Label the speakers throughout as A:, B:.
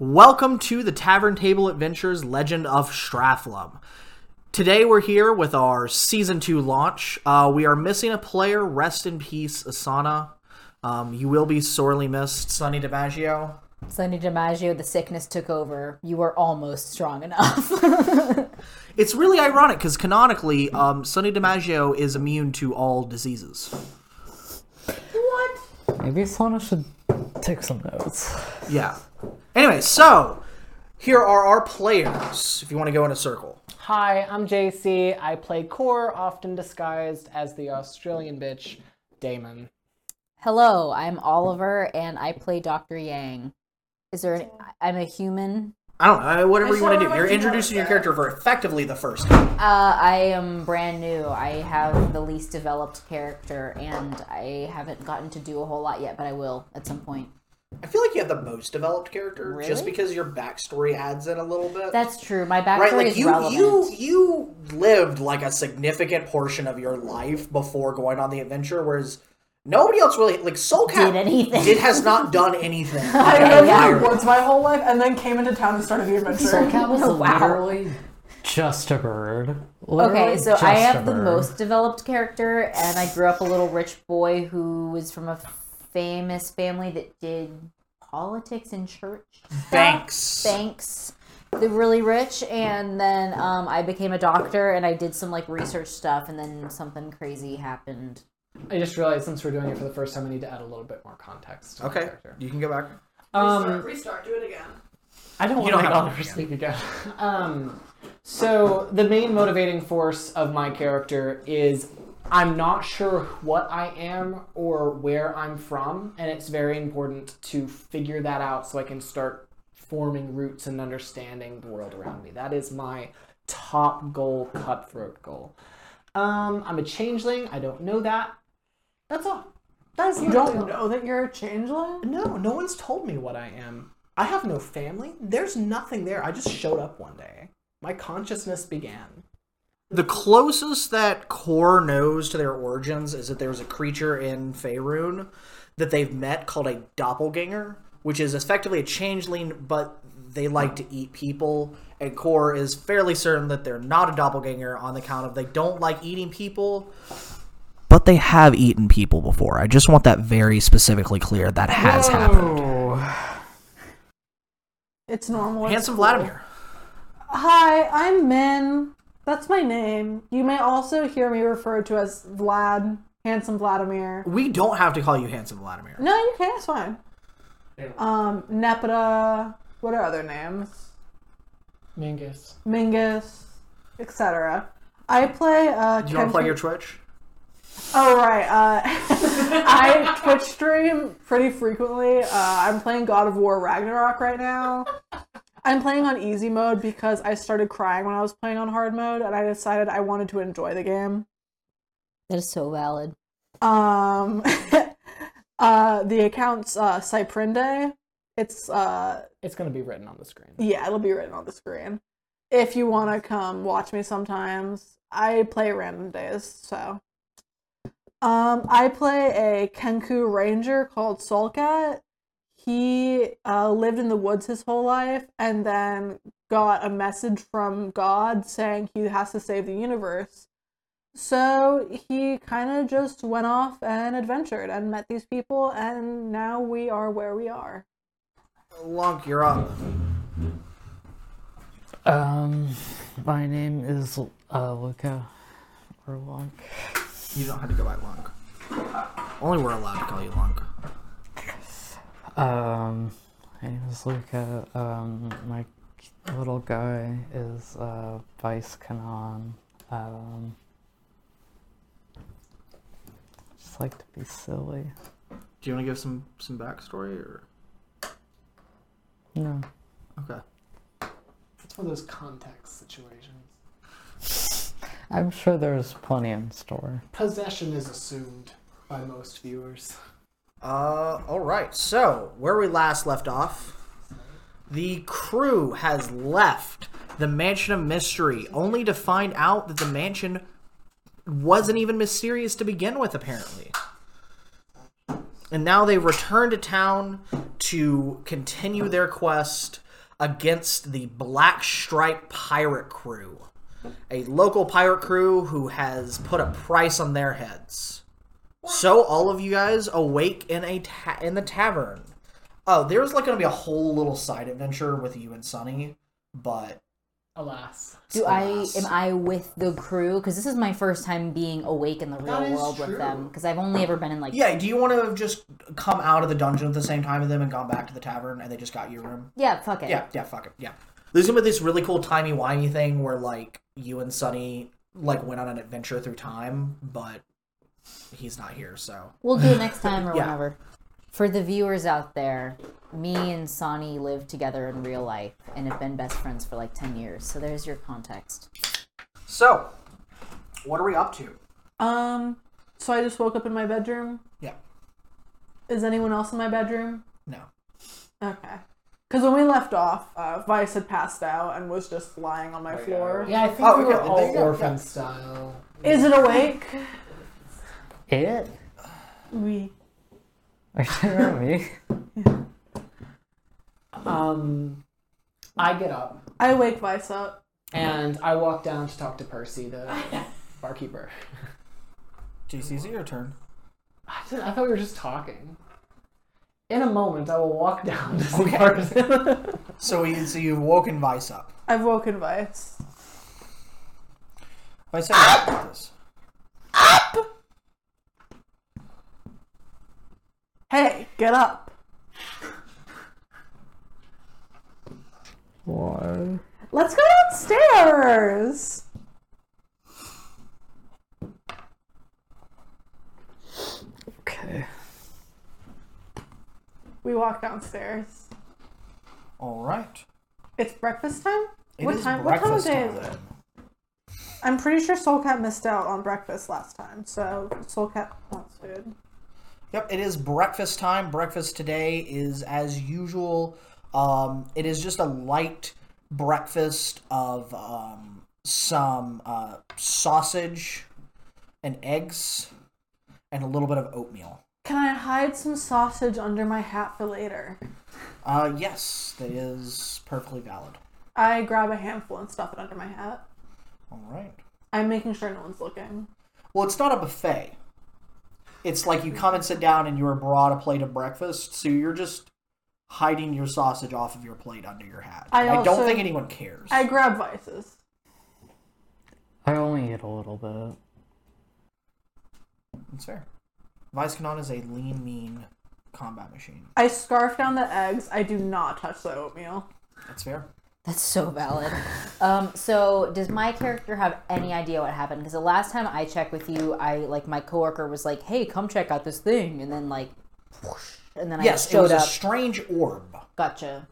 A: Welcome to the Tavern Table Adventures Legend of Strathlum. Today we're here with our season two launch. Uh, we are missing a player. Rest in peace, Asana. Um, you will be sorely missed, Sonny DiMaggio.
B: Sonny DiMaggio, the sickness took over. You were almost strong enough.
A: It's really ironic because canonically, um, Sonny DiMaggio is immune to all diseases.
C: Maybe Sona should take some notes.
A: Yeah. Anyway, so here are our players. If you want to go in a circle,
D: Hi, I'm JC. I play Core, often disguised as the Australian bitch, Damon.
B: Hello, I'm Oliver and I play Dr. Yang. Is there an I'm a human?
A: I don't know. Whatever you want to do. You're introducing your character for effectively the first time.
B: Uh, I am brand new. I have the least developed character and I haven't gotten to do a whole lot yet, but I will at some point.
A: I feel like you have the most developed character just
B: Really?
A: because your backstory adds in a little bit.
B: That's true. My backstory
A: right, like
B: is
A: you
B: relevant.
A: you you lived like a significant portion of your life before going on the adventure, whereas nobody else really like Soul Cat
B: Did anything.
A: did- has not done anything.
E: I
A: Like,
E: lived
A: entirely.
E: in woods my whole life and then came into town and started the adventure.
C: Cat was
B: Wow.
C: literally just a bird.
B: Okay, so I have the most developed character, and I grew up a little rich boy who was from a famous family that did politics and church. stuff.
A: Banks.
B: Banks. The really rich, and then um, I became a doctor, and I did some like research stuff, and then something crazy happened.
D: I just realized since we're doing it for the first time, I need to add a little bit more context. to my
A: Okay,
D: character.
A: you can go back.
D: Um,
E: restart, do it again.
D: I don't
A: You don't
D: want to make
A: have to
D: Oliver speak again. um, so the main motivating force of my character is I'm not sure what I am or where I'm from, and it's very important to figure that out so I can start forming roots and understanding the world around me. That is my top goal, cutthroat goal. Um, I'm a changeling. I don't know that. That's all. That's
E: You don't know that you're a changeling?
D: no, no one's told me what I am. I have no family. There's nothing there. I just showed up one day. My consciousness began.
A: The closest that Core knows to their origins is that there's a creature in Faerun that they've met called a doppelganger, which is effectively a changeling, but they like to eat people. And Core is fairly certain that they're not a doppelganger on the count of they don't like eating people. But they have eaten people before. I just want that very specifically clear. That has happened.
E: It's normal. it's
A: Handsome
E: cool.
A: Vladimir.
E: Hi, I'm Min. That's my name. You may also hear me referred to as Vlad, handsome Vladimir.
A: We don't have to call you Handsome Vladimir.
E: No, you can. It's fine. Um, Nepeta. What are other names?
D: Mingus.
E: Mingus, etc. I play. Uh,
A: Do you want to plug
E: Kendrick-
A: your Twitch?
E: Oh right, uh, I Twitch stream pretty frequently. Uh, I'm playing God of War Ragnarok right now. I'm playing on easy mode because I started crying when I was playing on hard mode, and I decided I wanted to enjoy the game.
B: That is so valid.
E: Um, uh, the account's uh, Cyprinde. It's uh,
D: It's gonna be written on the screen.
E: yeah, it'll be written on the screen. If you want to come watch me sometimes, I play random days, so. Um, I play a Kenku ranger called Soulcat. He uh, lived in the woods his whole life and then got a message from God saying he has to save the universe. So he kind of just went off and adventured and met these people, and now we are where we are.
A: Lunk, you're up.
C: Um, my name is uh, Luca or Wonk.
A: You don't have to go by Lunk. Only we're allowed to call you Lunk.
C: Um, my name is Luca. Um, my little guy is uh, Vice Kanon. Um, just like to be silly.
A: Do you want to give some some backstory or
C: No.
A: okay?
D: It's one of those context situations.
C: I'm sure there's plenty in store.
D: Possession is assumed by most viewers.
A: Uh, all right. So where we last left off, the crew has left the mansion of mystery, only to find out that the mansion wasn't even mysterious to begin with, apparently. And now they return to town to continue their quest against the Black Stripe Pirate Crew, a local pirate crew who has put a price on their heads. So all of you guys awake in a ta- in the tavern. Oh, there's like gonna be a whole little side adventure with you and Sunny, but
D: Alas.
B: Do I
A: alas.
B: am I with the crew? Because this is my first time being awake in the real
D: That is
B: world
D: true.
B: with them. Because I've only ever been in like yeah.
A: Yeah, do you want to have just come out of the dungeon at the same time as them and gone back to the tavern and they just got your room?
B: fuck it.
A: Yeah, yeah, fuck it, yeah. There's gonna be this really cool timey wimey thing where like you and Sunny like went on an adventure through time, but he's not here, so
B: We'll do it next time or
A: Yeah.
B: whenever. For the viewers out there, me and Sonny lived together in real life and have been best friends for like ten years. So there's your context.
A: so what are we up to?
E: Um, so I just woke up in my bedroom.
A: Yeah,
E: Is anyone else in my bedroom?
A: no,
E: Okay. Because when we left off, uh, Vice had passed out and was just lying on my floor.
D: Yeah, I think
A: Oh,
D: we were
A: okay,
D: all
A: there you go,
D: orphan
A: yeah.
D: style.
E: Is it awake?
C: It?
E: We.
C: Are you talking about me?
D: Um, I get up.
E: I wake Vice up.
D: And I walk down to talk to Percy, the barkeeper.
A: GC's your turn.
D: I, th- I thought we were just talking. In a moment, I will walk down to see Percy.
A: So we so you've woken Vice up.
E: I've woken Vice.
A: Vice, how do you do this?
E: Hey, get up.
C: Why?
E: Let's go downstairs.
C: Okay.
E: We walk downstairs.
A: All right.
E: It's breakfast time?
A: It
E: what
A: is
E: time? What time of
A: breakfast
E: day
A: time.
E: is it? I'm pretty sure Soulcat missed out on breakfast last time, so Soulcat wants food.
A: Yep, it is breakfast time. Breakfast today is as usual. Um, it is just a light breakfast of um, some uh, sausage and eggs and a little bit of oatmeal.
E: Can I hide some sausage under my hat for later?
A: Uh, yes, that is perfectly valid.
E: I grab a handful and stuff it under my hat.
A: All right.
E: I'm making sure no one's looking.
A: Well, it's not a buffet. It's like you come and sit down and you are brought a plate of breakfast, so you're just hiding your sausage off of your plate under your hat.
E: I
A: don't
E: also-
A: think anyone cares.
E: I grab vices.
C: I only eat a little bit.
A: That's fair. Vice Canon is a lean, mean combat machine.
E: I scarf down the eggs. I do not touch the oatmeal.
A: That's fair.
B: That's so valid. Um, so does my character have any idea what happened? Because the last time I checked with you, I like my coworker was like, "Hey, come check out this thing," and then like, whoosh, and then
A: Yes,
B: I
A: it was
B: showed
A: a
B: up.
A: strange orb.
B: gotcha,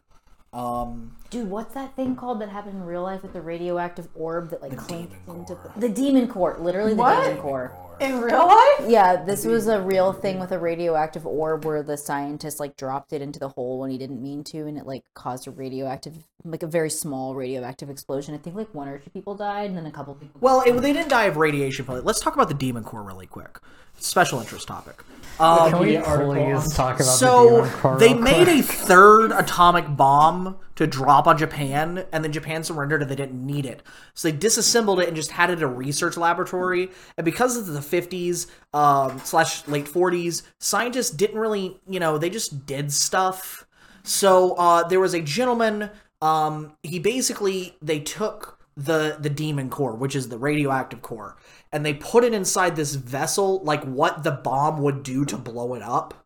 A: Um,
B: dude. What's that thing called that happened in real life with the radioactive orb that like
A: The
B: clanked
A: demon
B: into
A: core.
B: the demon core? Literally, the
E: What?
B: demon core.
E: In real life?
B: Yeah, this was a real thing with a radioactive orb where the scientist like dropped it into the hole when he didn't mean to, and it like caused a radioactive, like a very small radioactive explosion. I think like one or two people died, and then a couple people.
A: well, it, they didn't die of radiation, but let's talk about the demon core really quick. Special interest topic. Um,
C: Can we
D: Wikipedia article on-
C: please talk about the
A: so
C: demon core
A: they
C: real
A: made
C: quick?
A: a third atomic bomb to drop on Japan, and then Japan surrendered and they didn't need it. So they disassembled it and just had it at a research laboratory. And because of the 50s um, slash late 40s, scientists didn't really, you know, they just did stuff. So uh, there was a gentleman. Um, he basically they took the the demon core, which is the radioactive core, and they put it inside this vessel, like what the bomb would do to blow it up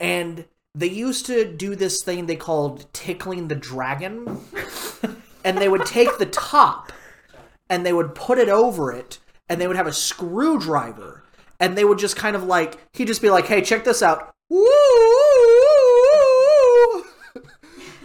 A: and they used to do this thing they called tickling the dragon and they would take the top and they would put it over it and they would have a screwdriver and they would just kind of like he'd just be like hey check this out Woo!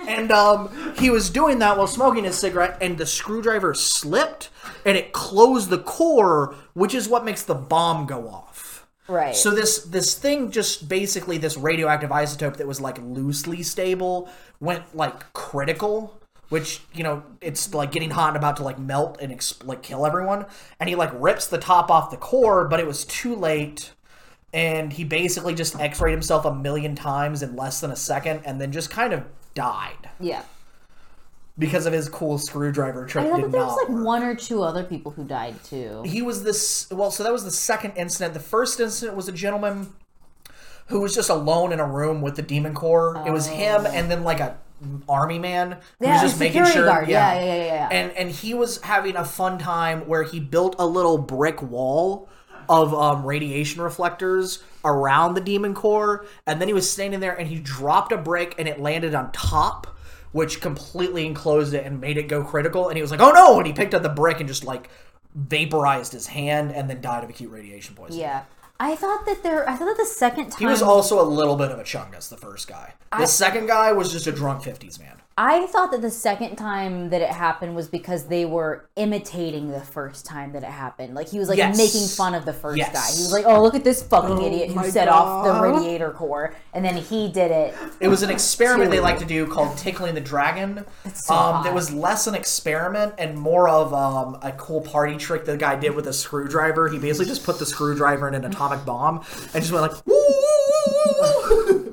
A: and um, he was doing that while smoking his cigarette and the screwdriver slipped and it closed the core which is what makes the bomb go off
B: Right.
A: so this this thing just basically this radioactive isotope that was like loosely stable went like critical, which you know it's like getting hot and about to like melt and exp- like kill everyone. And he like rips the top off the core, but it was too late. And he basically just X-rayed himself a million times in less than a second, and then just kind of died.
B: yeah.
A: because of his cool screwdriver trick.
B: I thought
A: did
B: that there
A: not
B: was like
A: work.
B: one or two other people who died too.
A: he was this well so that was the second incident the first incident was a gentleman who was just alone in a room with the demon core it was him and then like a army man who
B: Oh. Yeah,
A: was just
B: a
A: making
B: security
A: sure
B: guard. Yeah, yeah, yeah, yeah, yeah.
A: and and he was having a fun time where he built a little brick wall of um, radiation reflectors around the demon core and then he was standing there and he dropped a brick and it landed on top which completely enclosed it and made it go critical and he was like oh no and he picked up the brick and just like vaporized his hand and then died of acute radiation poisoning
B: Yeah. I thought that there. I thought that the second time.
A: he was also a little bit of a chungus the first guy the second guy was just a drunk 50s man
B: I thought that the second time that it happened was because they were imitating the first time that it happened. Like he was like
A: Yes.
B: making fun of the first
A: Yes.
B: guy. He was like, "Oh, look at this fucking idiot who
E: my
B: set off the
E: God.
B: radiator core," and then he did it.
A: It was an experiment they like to do called tickling the dragon.
B: so
A: um,
B: hot.
A: that was less an experiment and more of um, a cool party trick the guy did with a screwdriver. He basically just put the screwdriver in an atomic bomb and just went like, "Woo, woo, woo, woo, woo."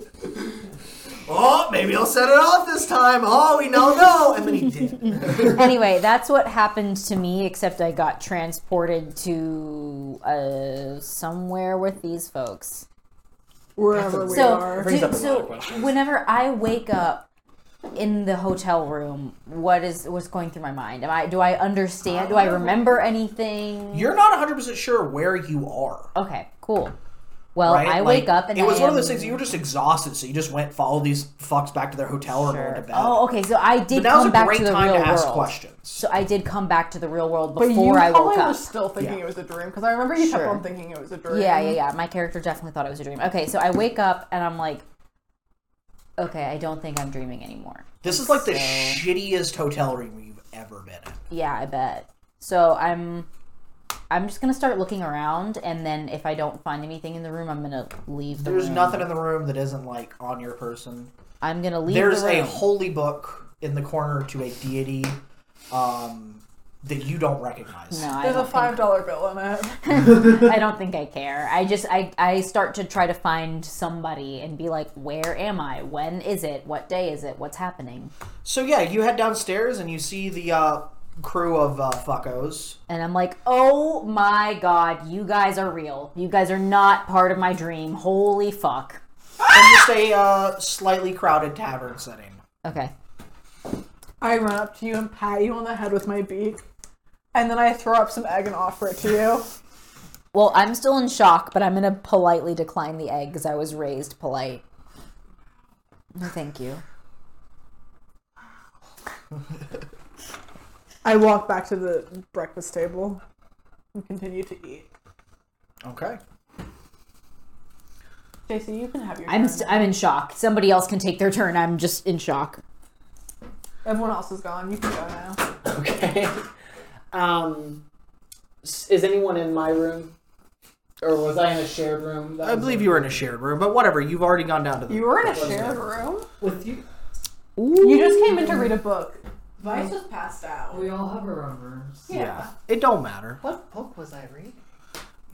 A: oh, maybe I'll set it off this time. Oh, we know no, and then he did.
B: anyway, that's what happened to me. Except I got transported to uh, somewhere with these folks.
E: Wherever we
B: so,
E: are.
B: do- so whenever I wake up in the hotel room, what is what's going through my mind? Am I do I understand? Do I remember anything?
A: You're not 100 percent sure where you are.
B: Okay, cool. Well,
A: Right?
B: I
A: Like,
B: wake up and
A: it was
B: I
A: one of those
B: am-
A: things you were just exhausted, so you just went followed these fucks back to their hotel room and went to bed.
B: Oh, okay. So I
A: but
B: did
A: now's
B: come
A: a
B: back
A: great
B: to the
A: time
B: real
A: to ask
B: world.
A: questions.
B: So I did come back to the real world
E: But you
B: before I woke
E: probably were
B: up.
E: still thinking
A: Yeah.
E: it was a dream because I remember you
B: Sure.
E: kept on thinking it was a dream.
B: Yeah, yeah, yeah. My character definitely thought it was a dream. Okay, so I wake up and I'm like, okay, I don't think I'm dreaming anymore.
A: This is like the shittiest hotel room you've ever been in.
B: Yeah, I bet. So I'm I'm just gonna start looking around and then if I don't find anything in the room I'm gonna leave the
A: There's
B: room.
A: nothing in the room that isn't like on your person.
B: I'm gonna leave
A: There's
B: the
A: a
B: room.
A: holy book in the corner to a deity um, that you don't recognize.
B: no, I
E: There's a
B: don't,
E: five dollar bill in it.
B: I don't think I care. I just I, I start to try to find somebody and be like, where am I? When is it? What day is it? What's happening?
A: So yeah, you head downstairs and you see the uh, crew of uh, fuckos.
B: And I'm like, oh my god, you guys are real. You guys are not part of my dream. Holy fuck.
A: And just a uh, slightly crowded tavern setting.
B: Okay.
E: I run up to you and pat you on the head with my beak, and then I throw up some egg and offer it to you.
B: Well, I'm still in shock, but I'm going to politely decline the egg because I was raised polite. No, thank you.
E: I walk back to the breakfast table and continue to eat.
A: Okay.
E: Jason, you can have your.
B: I'm
E: turn.
B: st- I'm in shock. Somebody else can take their turn. I'm just in shock.
E: Everyone else is gone. You can go now.
D: Okay. Um, s- is anyone in my room? Or was I in a shared room? That
A: I
D: was
A: believe
D: a-
A: you were in a shared room, but whatever. You've already gone down to the.
E: You were in a shared room.
F: With you,
E: You just came in to read a book.
F: Vice
E: was passed out.
F: we all have our own rooms.
A: yeah. It don't matter.
F: What book was I reading?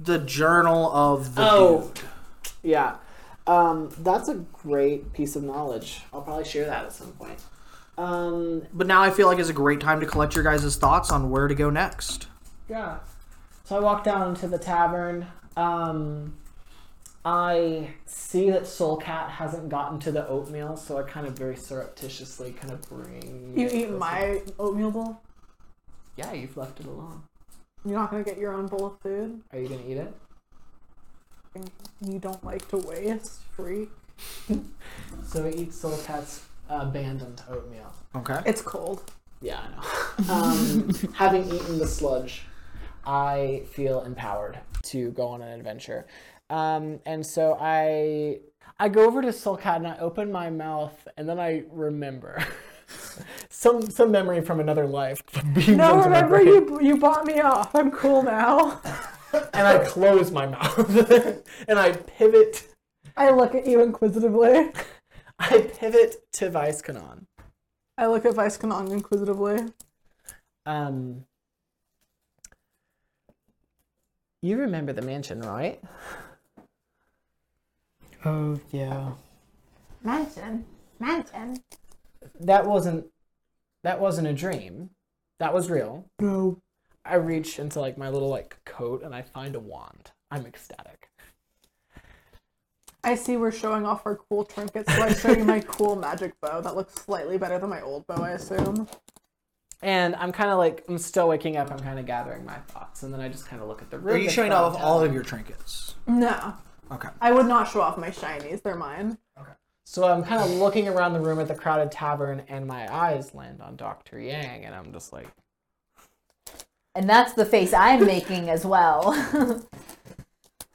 A: The journal of the
D: Oh.
A: dude.
D: Yeah. Um, that's a great piece of knowledge. I'll probably share that at some point. Um,
A: But now I feel like it's a great time to collect your guys' thoughts on where to go next.
D: yeah. So I walk down to the tavern. Um, I see that Soul Cat hasn't gotten to the oatmeal, so I kind of very surreptitiously kind of bring.
E: You
D: it
E: eat
D: with me.
E: my oatmeal bowl.
D: Yeah, you've left it alone.
E: You're not gonna get your own bowl of food.
D: Are you gonna eat it?
E: You don't like to waste. Free.
D: So I eat Soul Cat's abandoned oatmeal.
A: Okay.
E: It's cold.
D: Yeah, I know. Um, having eaten the sludge, I feel empowered to go on an adventure. Um, and so I I go over to Soulcat and I open my mouth and then I remember some some memory from another life. beams into
E: No,
D: my
E: remember
D: brain.
E: you you bought me off. I'm cool now.
D: And I close my mouth and I pivot.
E: I look at you inquisitively.
D: I pivot to Vice Canon.
E: I look at Vice Kanong inquisitively.
D: Um, you remember the mansion, right?
C: Oh, yeah.
E: Mansion. Mansion.
D: that wasn't that wasn't a dream. That was real.
E: No.
D: I reach into like my little like coat and I find a wand. I'm ecstatic.
E: I see we're showing off our cool trinkets, so I show you my cool magic bow that looks slightly better than my old bow, I assume.
D: And I'm kind of like, I'm still waking up. I'm kind of gathering my thoughts. And then I just kind of look at the room.
A: Are you
D: that's
A: showing
D: around
A: off
D: town.
A: all of your trinkets?
E: No.
A: Okay.
E: I would not show off my shinies, they're mine.
D: So I'm kind of looking around the room at the crowded tavern, and my eyes land on Dr. Yang, and I'm just like,
B: And that's the face I'm making as well.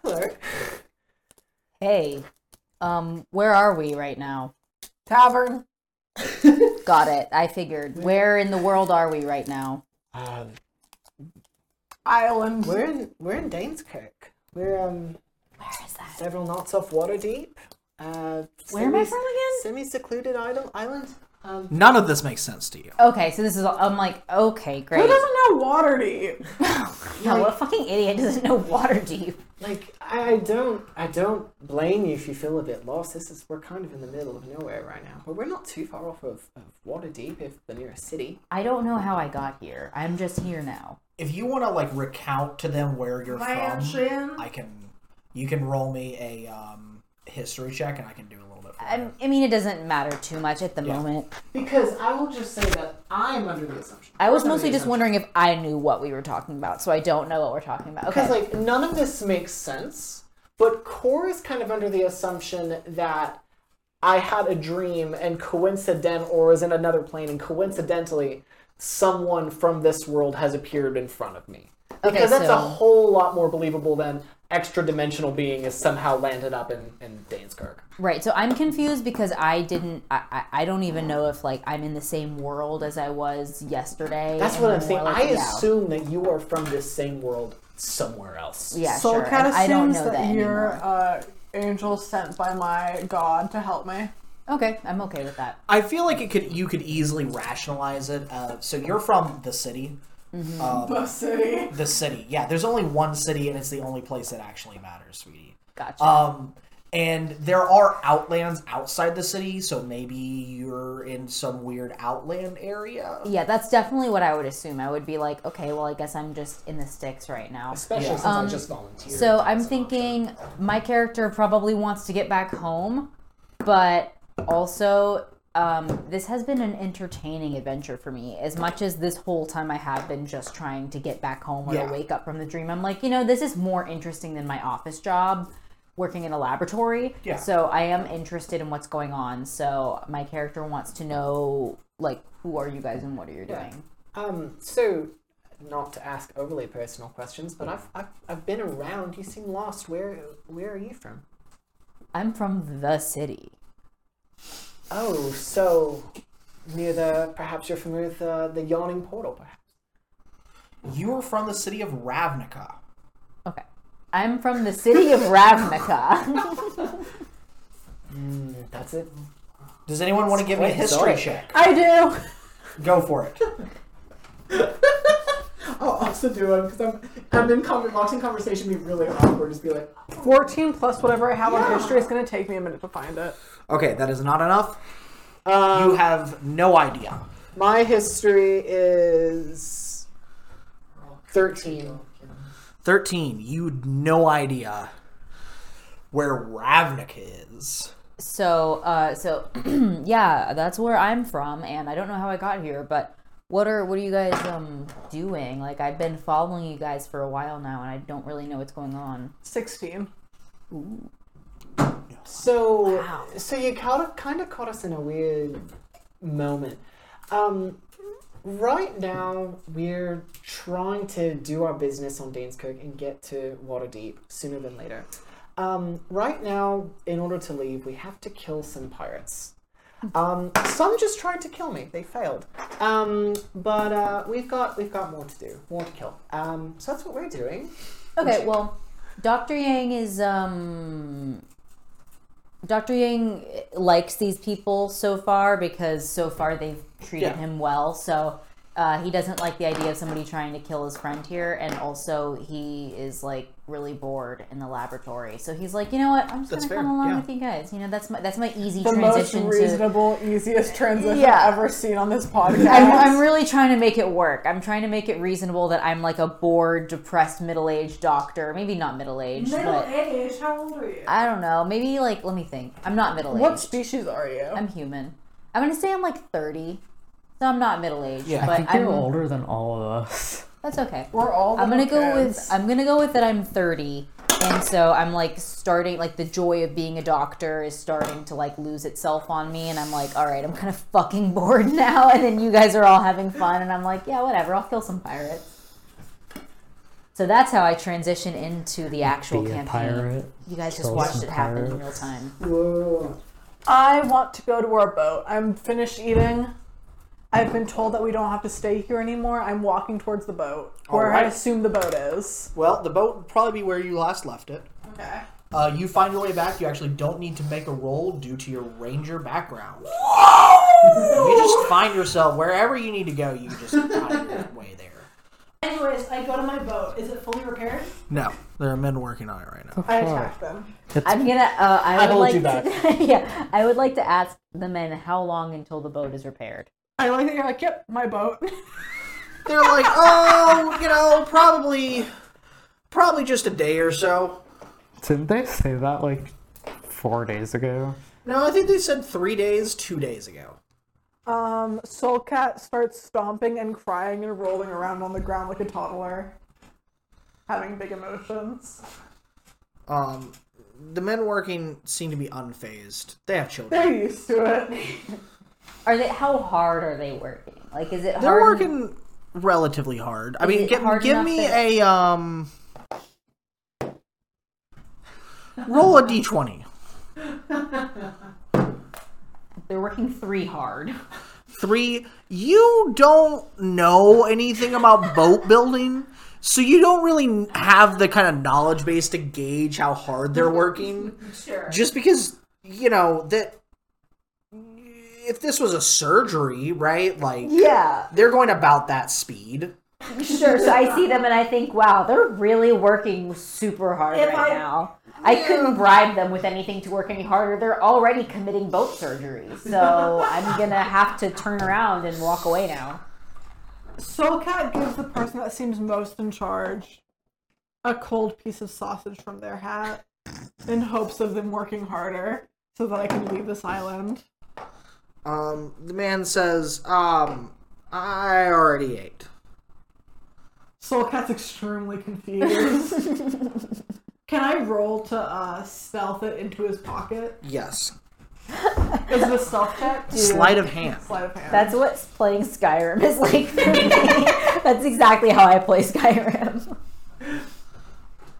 B: hey, um, where are we right now?
E: Tavern.
B: Got it. I figured. Where in the world are we right now?
D: uh,
E: Island.
D: we're in we're in Daneskirk. We're um
B: Where is that?
D: several knots off water deep. Uh,
B: Where am I from again?
D: Semi secluded idol island. Um,
A: None of this makes sense to you.
B: Okay, so this is. I'm like, okay,
E: Who
B: great.
E: doesn't know water to eat?
B: No, what a fucking idiot doesn't know water deep.
D: like I I don't I don't blame you if you feel a bit lost. This is we're kind of in the middle of nowhere right now, but we're not too far off of, of water deep, if the nearest city.
B: I don't know how I got here. I'm just here now.
A: If you want to like recount to them where you're
E: Man,
A: from,
E: Shin.
A: I can. You can roll me a um, history check, and I can do a little bit. For
B: I,
A: you.
B: I mean, it doesn't matter too much at the moment.
D: Because I will just say that I'm under the assumption.
B: I was
D: I'm under
B: mostly
D: the
B: just wondering if I knew what we were talking about, so I don't know what we're talking about. Okay.
D: Because like none of this makes sense. But Core is kind of under the assumption that I had a dream and coincident or was in another plane and coincidentally someone from this world has appeared in front of me.
B: Okay,
D: Because that's a
B: so-
D: whole lot more believable than extra dimensional being is somehow landed up in, in Danskirk.
B: Right. So I'm confused because I didn't. I, I, I don't even know if like I'm in the same world as I was yesterday.
D: That's
B: and
D: what I'm
B: more
D: saying.
B: like-
D: I
B: yeah.
D: assume that you are from this same world somewhere else.
B: Yeah,
E: Soul
B: sure.
E: Cat
B: and
E: assumes
B: I don't know
E: that,
B: that,
E: you're
B: anymore.
E: uh, angel sent by my god to help me.
B: Okay, I'm okay with that.
A: I feel like it could. You could easily rationalize it. Uh, so you're from the city. Um,
E: The city.
A: the city. Yeah, there's only one city, and it's the only place that actually matters, sweetie.
B: Gotcha.
D: Oh.
A: Um, and there are outlands outside the city, so maybe you're in some weird outland area.
B: yeah, that's definitely what I would assume. I would be like, okay, well, I guess I'm just in the sticks right now.
D: Especially since I
B: Um,
D: just volunteered.
B: So I'm
D: That's an option.
B: thinking my character probably wants to get back home, but also um, this has been an entertaining adventure for me. As much as this whole time I have been just trying to get back home or
A: Yeah.
B: to wake up from the dream, I'm like, you know, this is more interesting than my office job working in a laboratory.
A: Yeah.
B: So I am interested in what's going on. So my character wants to know, like, who are you guys and what are you doing?
D: Um, so, not to ask overly personal questions, but I've, I've, I've been around. You seem lost. Where where are you from?
B: I'm from the city.
D: Oh, so near the perhaps you're familiar with uh, the yawning portal, perhaps.
A: You are from the city of Ravnica.
B: Okay. I'm from the city of Ravnica.
D: Mm, That's it.
A: Does anyone want to give me a
D: Wait,
A: history
D: sorry.
A: check?
E: I do.
A: Go for it.
D: I'll also do it because I'm I'm in com- watching conversation be really awkward. Just be like,
E: 14 plus whatever I have on history. It's going to take me a minute to find it.
A: Okay, that is not enough.
D: um,
A: You have no idea.
D: my history is thirteen.
A: 13. You'd no idea where Ravnica is.
B: So, uh, so yeah, that's where I'm from, and I don't know how I got here, but what are what are you guys um doing? Like I've been following you guys for a while now, and I don't really know what's going on.
E: 16.
D: So, so you kind of kind of caught us in a weird moment. Um, right now, we're trying to do our business on Danskirk and get to Waterdeep sooner than later. Um, right now, in order to leave, we have to kill some pirates. Um, some just tried to kill me. They failed. Um, but uh, we've got we've got more to do, more to kill. Um, so that's what we're doing.
B: Okay, well, Dr. Yang is um Dr. Yang likes these people so far because so far they've treated
D: Yeah.
B: him well. So Uh, he doesn't like the idea of somebody trying to kill his friend here, and also he is like really bored in the laboratory. So he's like, you know what? I'm just
A: That's
B: gonna come
A: fair,
B: along
A: yeah.
B: with you guys. You know, that's my that's my easy
E: The most
B: transition to
E: reasonable, easiest transition
B: Yeah.
E: ever seen on this podcast.
B: I'm, I'm really trying to make it work. I'm trying to make it reasonable that I'm like a bored, depressed, middle aged doctor. Maybe not middle aged,
F: Middle
B: but
F: age, how old are you?
B: I don't know. Maybe like, let me think. I'm not middle
E: what
B: aged.
E: species are you?
B: I'm human. I'm going to say I'm like 30. So I'm not middle aged,
D: Yeah, I
C: I
B: but
C: think you're
B: I'm.
C: older than all of us.
B: That's okay.
E: We're all.
B: I'm gonna
E: little
B: go with
E: kids.
B: I'm gonna go with that I'm 30, and so I'm like starting like the joy of being a doctor is starting to like lose itself on me, and I'm like, all right, I'm kind of fucking bored now, and then you guys are all having fun, and I'm like, yeah, whatever, I'll kill some pirates. So that's how I transition into the actual
C: Be a
B: campaign.
C: pirate.
B: You guys just
C: Kill
B: watched it
C: some
B: happen in real
C: pirates.
B: time. Oh,
E: I want to go to our boat. I'm finished eating. I've been told that we don't have to stay here anymore. I'm walking towards the boat, where
A: Alright.
E: I assume the boat is.
A: Well, the boat would probably be where you last left it.
E: Okay.
A: Uh, you find your way back. You actually don't need to make a roll due to your ranger background. You just find yourself wherever you need to go. You just find your way there.
F: Anyways, I go to my boat. Is it fully repaired?
A: No, there are men working on it right now.
E: I attack them.
B: I'm gonna. Uh, I,
D: I
B: would
D: hold
B: like
D: you
B: To, yeah, I would like to ask the men how long until the boat is repaired.
E: I like that you're like, yep, my boat.
A: They're like, oh, you know, probably, probably just a day or so.
C: Didn't they say that like four days ago?
A: No, I think they said three days, two days ago.
E: Um, Soulcat starts stomping and crying and rolling around on the ground like a toddler, having big emotions.
A: Um, the men working seem to be unfazed. They have children.
E: They're used to it.
B: Are they? How hard are they working? Like, is it?
A: They're
B: hard
A: working relatively hard. I mean,
B: it
A: give,
B: hard
A: give
B: enough
A: me
B: that-
A: a um. Roll a d20.
B: They're working three hard.
A: Three. You don't know anything about boat building, so you don't really have the kind of knowledge base to gauge how hard they're working.
F: Sure.
A: Just because you know that if this was a surgery, right? Like
B: Yeah,
A: they're going about that speed.
B: sure. So I see them and I think, wow, they're really working super hard
F: If
B: right
F: I-
B: now. I couldn't bribe them with anything to work any harder. They're already committing boat surgery, so I'm gonna have to turn around and walk away now.
E: Soulcat gives the person that seems most in charge a cold piece of sausage from their hat in hopes of them working harder so that I can leave this island.
A: Um, the man says, um, I already ate.
E: Soulcat's extremely confused. Can I roll to uh, stealth it into his pocket?
A: Yes.
E: Is this stealth check?
A: Sleight of hand.
E: Sleight of hand.
B: That's what playing Skyrim is like for me. That's exactly how I play Skyrim.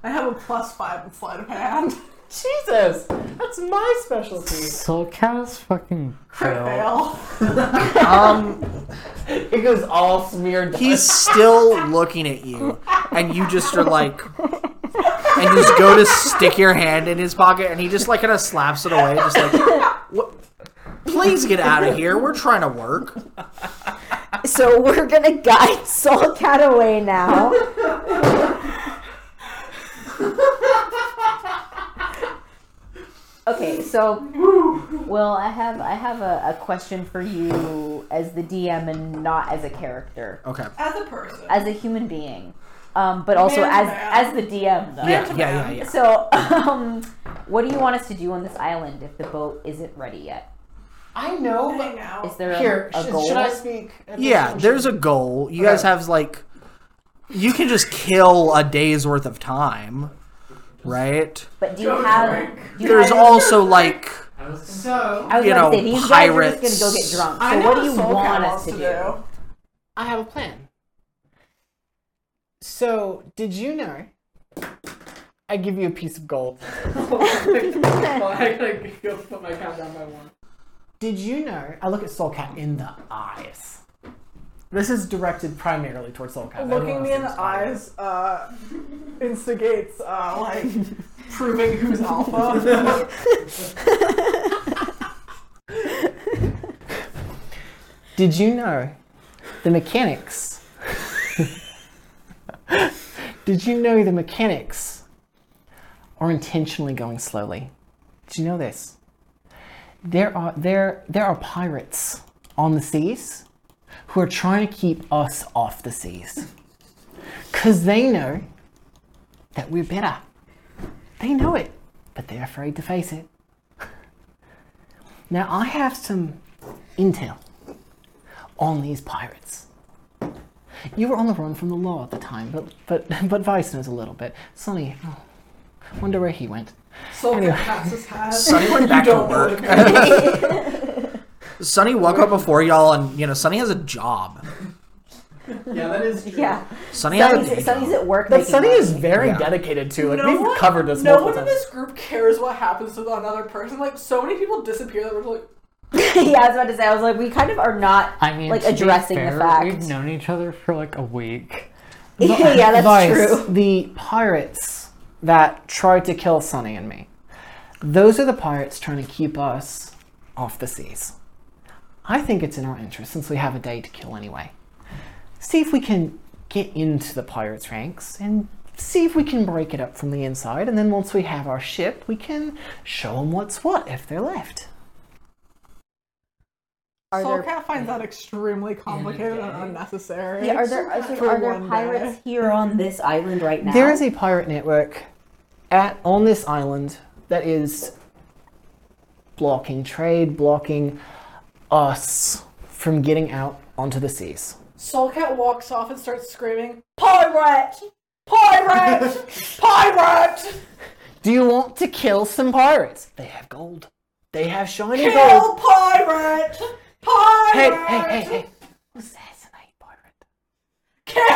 E: I have a plus five in sleight of hand.
D: Jesus, that's my specialty.
C: So cat is fucking
E: Crit
C: chill.
E: fail.
A: Um,
D: It goes all smeared.
A: he's still looking at you, and you just are like, and you just go to stick your hand in his pocket, and he just like kind of slaps it away, just like, what? Please get out of here. We're trying to work.
B: So we're gonna guide Soul Cat away now. okay, so well, I have I have a, a question for you as the DM and not as a character,
A: Okay.
E: As a person.
B: as a human being, um, but also
E: Man
B: as
E: to man.
B: as the DM though.
A: Yeah, yeah, yeah, yeah.
B: So, um, what do you want us to do on this island if the boat isn't ready yet?
D: I know,
E: Hang
D: but
E: out.
B: Is there a,
D: here,
B: a
D: sh-
B: goal?
D: should I speak? at this
A: Yeah,
D: junction?
A: there's a goal. You guys have like, you can just kill a day's worth of time, right?
B: But do you have? Do you
A: There's
B: have-
A: also like.
E: So,
B: I was
A: you
B: gonna
A: know,
B: say these guys are just
A: pirates.
B: gonna go get drunk.
E: I
B: So
E: know
B: what do you
E: Soulcat
B: want us
E: wants
B: to do?
D: I have a plan. So, did you know? I give you a piece of gold.
F: Oh, I gotta go put my cap down by one.
D: Did you know? I look at Soulcat in the eyes. This is directed primarily towards Soulcat.
E: Looking me in the eyes uh, instigates uh, like proving who's alpha.
D: Did you know the mechanics. Did you know the mechanics are intentionally going slowly? Did you know this? There are there there are pirates on the seas who are trying to keep us off the seas. Cause they know that we're better. They know it, but they're afraid to face it. Now I have some intel on these pirates. You were on the run from the law at the time, but but but Vice knows a little bit. Sonny, oh, wonder where he went.
F: Solka pats his hat.
A: Sonny went back to work. Sonny woke up before y'all, and you know Sonny has a job.
F: Yeah, that is true.
B: Yeah.
A: Sonny has a day
B: Sunny's,
A: job.
B: Sunny's at work.
D: But
B: making
D: Sonny
B: money.
D: is very
A: Yeah.
D: dedicated to. Like
F: No
D: we've
F: one-
D: covered this
F: No
D: multiple
F: one in
D: times.
F: this group cares what happens to the another person. Like so many people disappear that we're like,
B: yeah, I was about to say. I was like, we kind of are not
C: I mean,
B: like
C: to be
B: addressing
C: fair,
B: the fact.
C: We've known each other for like a week.
B: Oh, yeah, that's
D: Vice,
B: true.
D: The pirates that tried to kill Sonny and me. Those are the pirates trying to keep us off the seas. I think it's in our interest since we have a day to kill anyway. See if we can get into the pirates' ranks and see if we can break it up from the inside. And then once we have our ship, we can show them what's what if they're left.
B: Are
E: Soul
B: there-
E: Cat finds that extremely complicated and unnecessary.
B: Yeah, are there are
E: For
B: there, are there
E: one
B: pirates
E: day.
B: here on this island right now?
D: There is a pirate network at on this island that is blocking trade, blocking us from getting out onto the seas.
F: Soulcat walks off and starts screaming, Pirate! Pirate! Pirate!
D: Do you want to kill some pirates? They have gold. They have shiny
F: Kill
D: gold.
F: pirate! Pirate!
D: Hey, hey, hey, hey. Assassinate pirate.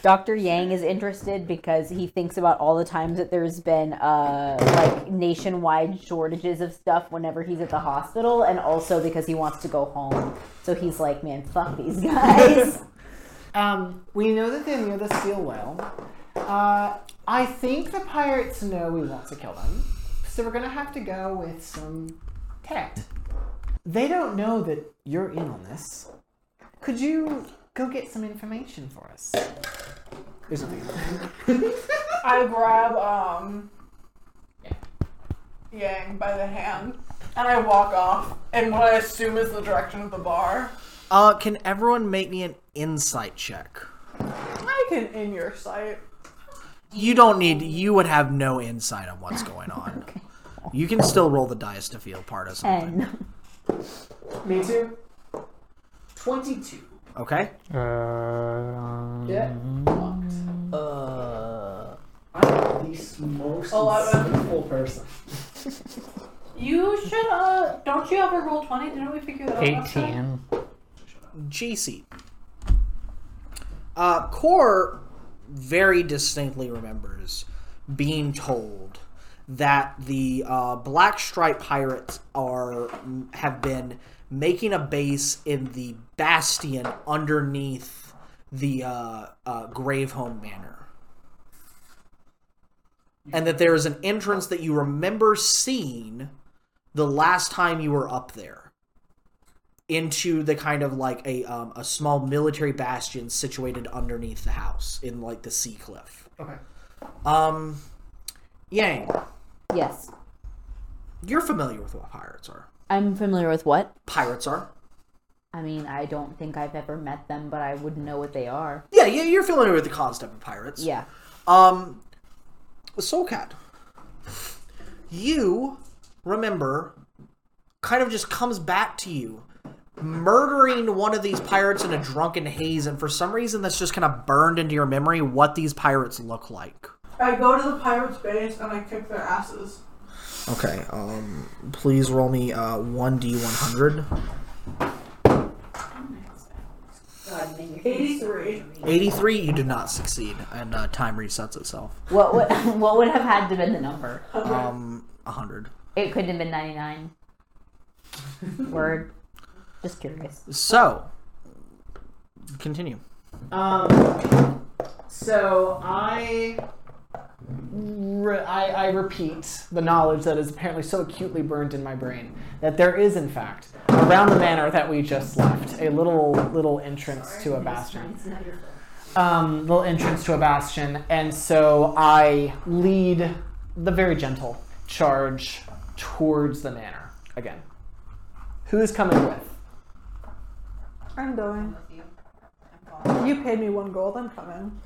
B: Dr. Yang is interested because he thinks about all the times that there's been uh, like nationwide shortages of stuff whenever he's at the hospital, and also because he wants to go home. So he's like, man, fuck these guys.
D: Um, we know that they're near the steel well. Uh, I think the pirates know we want to kill them, so we're gonna have to go with some tact. They don't know that you're in on this. Could you go get some information for us? There's nothing.
E: I grab um Yang by the hand and I walk off in what I assume is the direction of the bar.
A: Uh, can everyone make me an insight check?
E: I can in your sight.
A: You don't need. You would have no insight on what's going on. You can still roll the dice to feel part of something.
B: and
F: Me too. 22.
A: Okay.
C: Um,
F: Yeah. Locked.
D: Uh, I'm the most
F: Eleven.
D: sinful person.
F: You should, uh, don't you have a roll 20? Didn't we figure that out? last time?
C: Eighteen.
A: GC. Uh, Core very distinctly remembers being told that the uh, Black Stripe pirates are have been making a base in the bastion underneath the uh, uh, Gravehome Manor. And that there is an entrance that you remember seeing the last time you were up there into the kind of like a um, a small military bastion situated underneath the house in like the sea cliff.
D: Okay.
A: Um, Yang,
B: yes,
A: you're familiar with what pirates are.
B: I'm familiar with what.
A: Pirates are.
B: I mean, I don't think I've ever met them, but I would know what they are.
A: Yeah, yeah, you're familiar with the concept of pirates.
B: Yeah.
A: Um, Soulcat, you remember, kind of just comes back to you, murdering one of these pirates in a drunken haze, and for some reason that's just kind of burned into your memory what these pirates look like.
E: I go to the pirates base and I kick their asses.
A: Okay. Um. Please roll me uh one d one hundred.
E: Eighty three.
A: Eighty three. You did not succeed, and uh, time resets itself.
B: What would what would have had to been the number?
A: Um. hundred.
B: It couldn't have been 99. Word. Just curious.
A: So. Continue.
D: Um, so I re- I, I repeat the knowledge that is apparently so acutely burned in my brain that there is, in fact, around the manor that we just left, a little little entrance to a bastion. Um, little entrance to a bastion, and so I lead the very gentle charge towards the manor again. Who's coming with?
E: I'm going. You paid me one gold. I'm coming.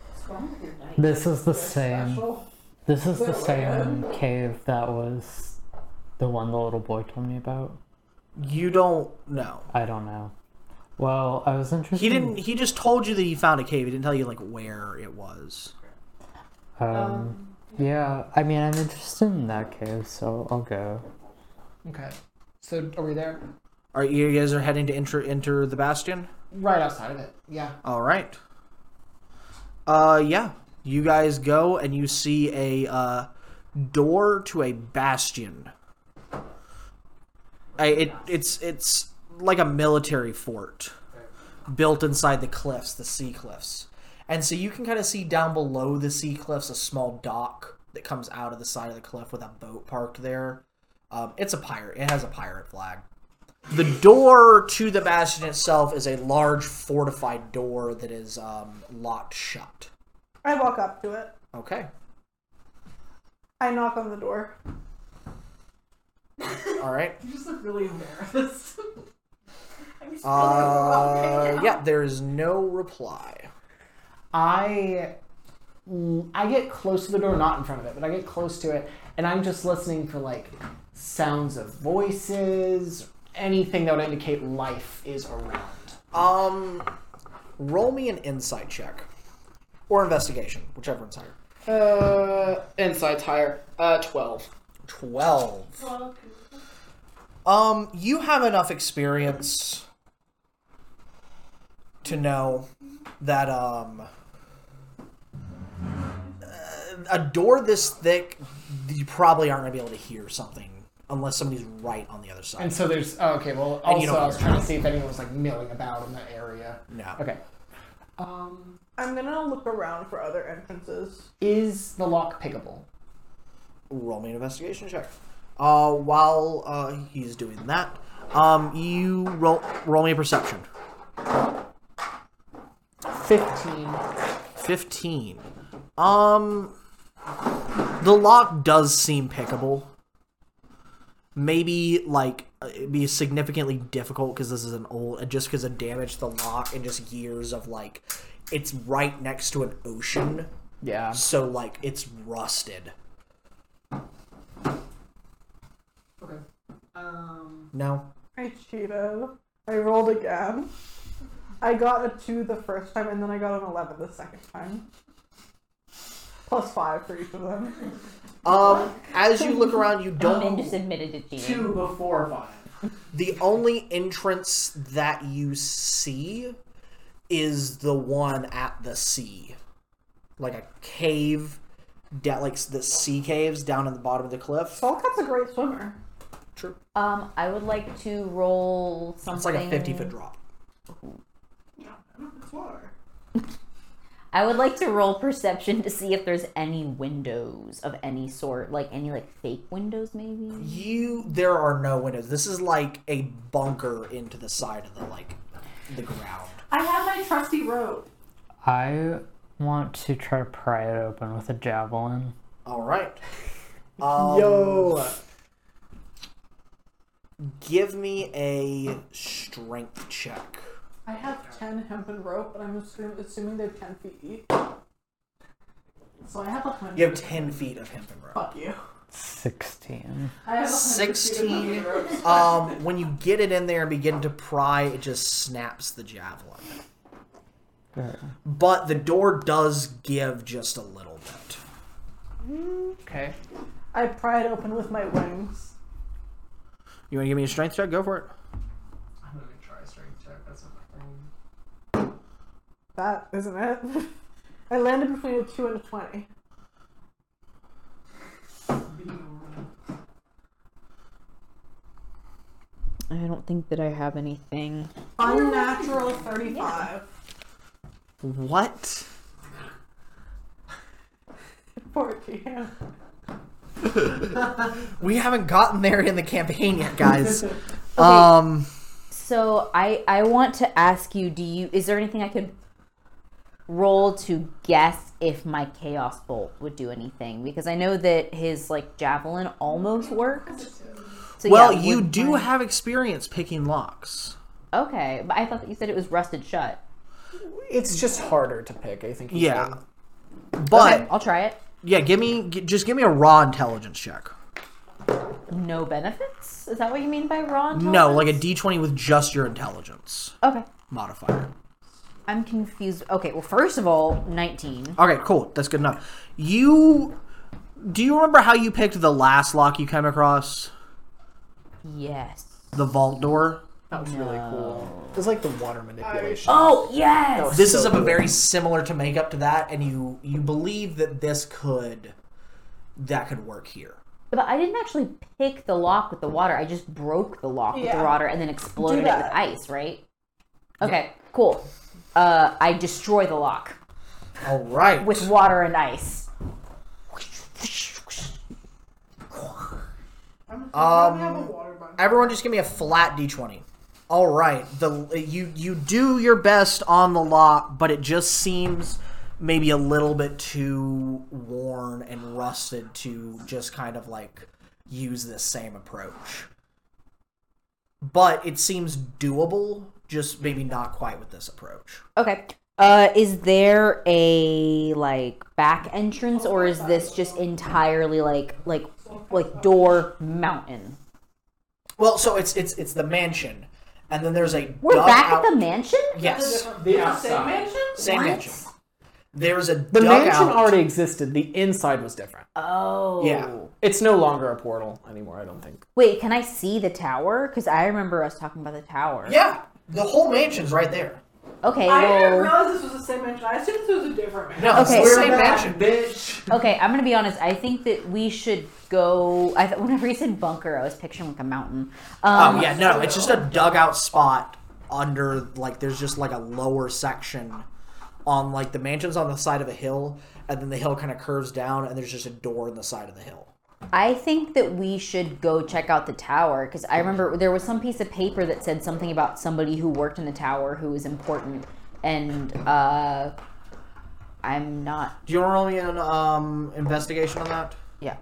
C: This is the same. This is the same cave that was the one the little boy told me about.
A: You don't know.
C: I don't know. Well, I was interested.
A: He didn't. He just told you that he found a cave. He didn't tell you like where it was.
C: Um, yeah, I mean, I'm interested in that cave, so I'll go.
D: Okay. So are we there?
A: Are you guys are heading to enter enter the bastion?
D: Right outside of it. Yeah.
A: All right. Uh, yeah. You guys go and you see a uh, door to a bastion. I, it it's it's like a military fort built inside the cliffs, the sea cliffs, and so you can kind of see down below the sea cliffs a small dock that comes out of the side of the cliff with a boat parked there. Um, it's a pirate. It has a pirate flag. The door to the bastion itself is a large fortified door that is um, locked shut.
E: I walk up to it.
A: Okay.
E: I knock on the door.
A: All right.
F: You just look really embarrassed. I'm just
A: Uh, yeah, there is no reply.
D: I mm, I get close to the door, not in front of it, but I get close to it, and I'm just listening for like sounds of voices, anything that would indicate life is around.
A: Um, roll me an insight check or investigation, whichever one's higher.
F: Uh, inside's higher. Uh, 12.
A: Twelve. Um, you have enough experience to know that um uh, a door this thick, you probably aren't gonna be able to hear something unless somebody's right on the other side.
D: And so there's oh, okay. Well,
A: And
D: also
A: you don't
D: I was
A: hear.
D: trying to see if anyone was like milling about in the area.
A: no.
D: Okay. Um,
E: I'm gonna look around for other entrances.
D: is the lock pickable?
A: roll me an investigation check. Uh, while uh, he's doing that, um, you roll roll me a perception.
D: Fifteen.
A: Fifteen. Um, the lock does seem pickable. Maybe like it'd be significantly difficult because this is an old, uh, just because of damage to the lock and just years of like, it's right next to an ocean,
D: Yeah.
A: so like it's rusted.
D: Okay. Um.
A: No.
E: I cheated. I rolled again. I got a two the first time, and then I got an eleven the second time. Plus five for each of them.
A: Um, as you look around, you don't
B: Min just admitted to cheating.
D: Two before five.
A: The only entrance that you see is the one at the sea, like a cave, da- like s- the sea caves down at the bottom of the cliff.
F: Oh,
E: Solcat's a great swimmer.
A: True.
B: Um, I would like to roll something.
A: It's like a fifty foot drop.
B: I would like to roll perception to see if there's any windows of any sort, like any like fake windows, maybe.
A: You there are no windows. This is like a bunker into the side of the like the ground.
E: I have my trusty rope.
C: I want to try to pry it open with a javelin.
A: All right. Um, Yo. Give me a strength check.
E: I have ten hempen rope, but I'm assuming, assuming they're ten feet each. So I have a hundred.
A: You have ten feet of hempen rope.
E: Fuck you.
C: Sixteen.
E: I have a hundred feet of
A: 16
E: hempen rope.
A: um, when you get it in there and begin to pry it just snaps the javelin
C: Sure.
A: but the door does give just a little bit
D: Okay.
E: I pry it open with my wings.
A: you want to give me a strength check go for it
D: I'm gonna try strength check. That's not my thing.
E: That isn't it. I landed between a two and a twenty.
B: I don't think that I have anything.
E: Unnatural thirty-five.
A: what
E: Fourteen.
A: we haven't gotten there in the campaign yet, guys. Um,
B: So I I want to ask you, do you is there anything I could roll to guess if my chaos bolt would do anything? Because I know that his like javelin almost worked. So,
A: well,
B: yeah,
A: you
B: would
A: do
B: my-
A: have experience picking locks.
B: Okay, but I thought that you said it was rusted shut.
D: It's just harder to pick, I think. you
A: Yeah.
D: said.
A: But
B: Okay, I'll try it.
A: yeah, give me g- just give me a raw intelligence check.
B: No benefits? Is that what you mean by raw?
A: No,
B: intelligence?
A: like a d20 with just your intelligence
B: Okay.
A: modifier.
B: I'm confused. Okay, well, first of all, 19.
A: Okay, cool. That's good enough. You do you remember how you picked the last lock you came across?
B: Yes.
A: The vault door.
D: That was really cool. It was like the water manipulation.
B: Oh, yes!
A: This is of a very similar to make up to that, and you you believe that this could that could work here.
B: But I didn't actually pick the lock with the water. I just broke the lock with the
E: Yeah.
B: water and then exploded it with
E: that.
B: ice, right? Okay, cool. Uh, I destroy the lock
A: All right.
B: with water and ice.
A: Everyone, just give me a flat d20. All right, the you you do your best on the lock, but it just seems maybe a little bit too worn and rusted to just kind of like use this same approach. But it seems doable, just maybe not quite with this approach.
B: Okay. Uh, is there a like back entrance or is this just entirely like like like door mountain?
A: Well, so it's it's it's the mansion, and then there's a
B: We're
A: dug
B: back
A: out-
B: at the mansion?
A: yes
D: The
F: Same
D: outside.
F: mansion?
A: same
B: What?
A: mansion. There's a
D: The mansion
A: dugout.
D: already existed. The inside was different.
B: Oh.
A: Yeah.
D: It's no longer a portal anymore, I don't think.
B: Wait, can I see the tower? Because I remember us talking about the tower.
A: Yeah, the whole mansion's right there.
B: Okay,
F: I didn't
B: well.
F: realize this was the same mansion. I assumed this was a different mansion.
A: No,
B: Okay.
A: it's the
B: We're
A: same
F: back.
A: mansion,
D: Bitch.
B: Okay, I'm gonna be honest. I think that we should go. I th- whenever you said bunker, I was picturing like a mountain. Um,
A: Oh yeah, no, it's just a dugout spot under like there's just like a lower section on like the mansion's on the side of a hill, and then the hill kind of curves down, and there's just a door in the side of the hill.
B: I think that we should go check out the tower because I remember there was some piece of paper that said something about somebody who worked in the tower who was important, and uh, I'm not.
A: Do you want to roll me an um, investigation on that?
B: Yeah,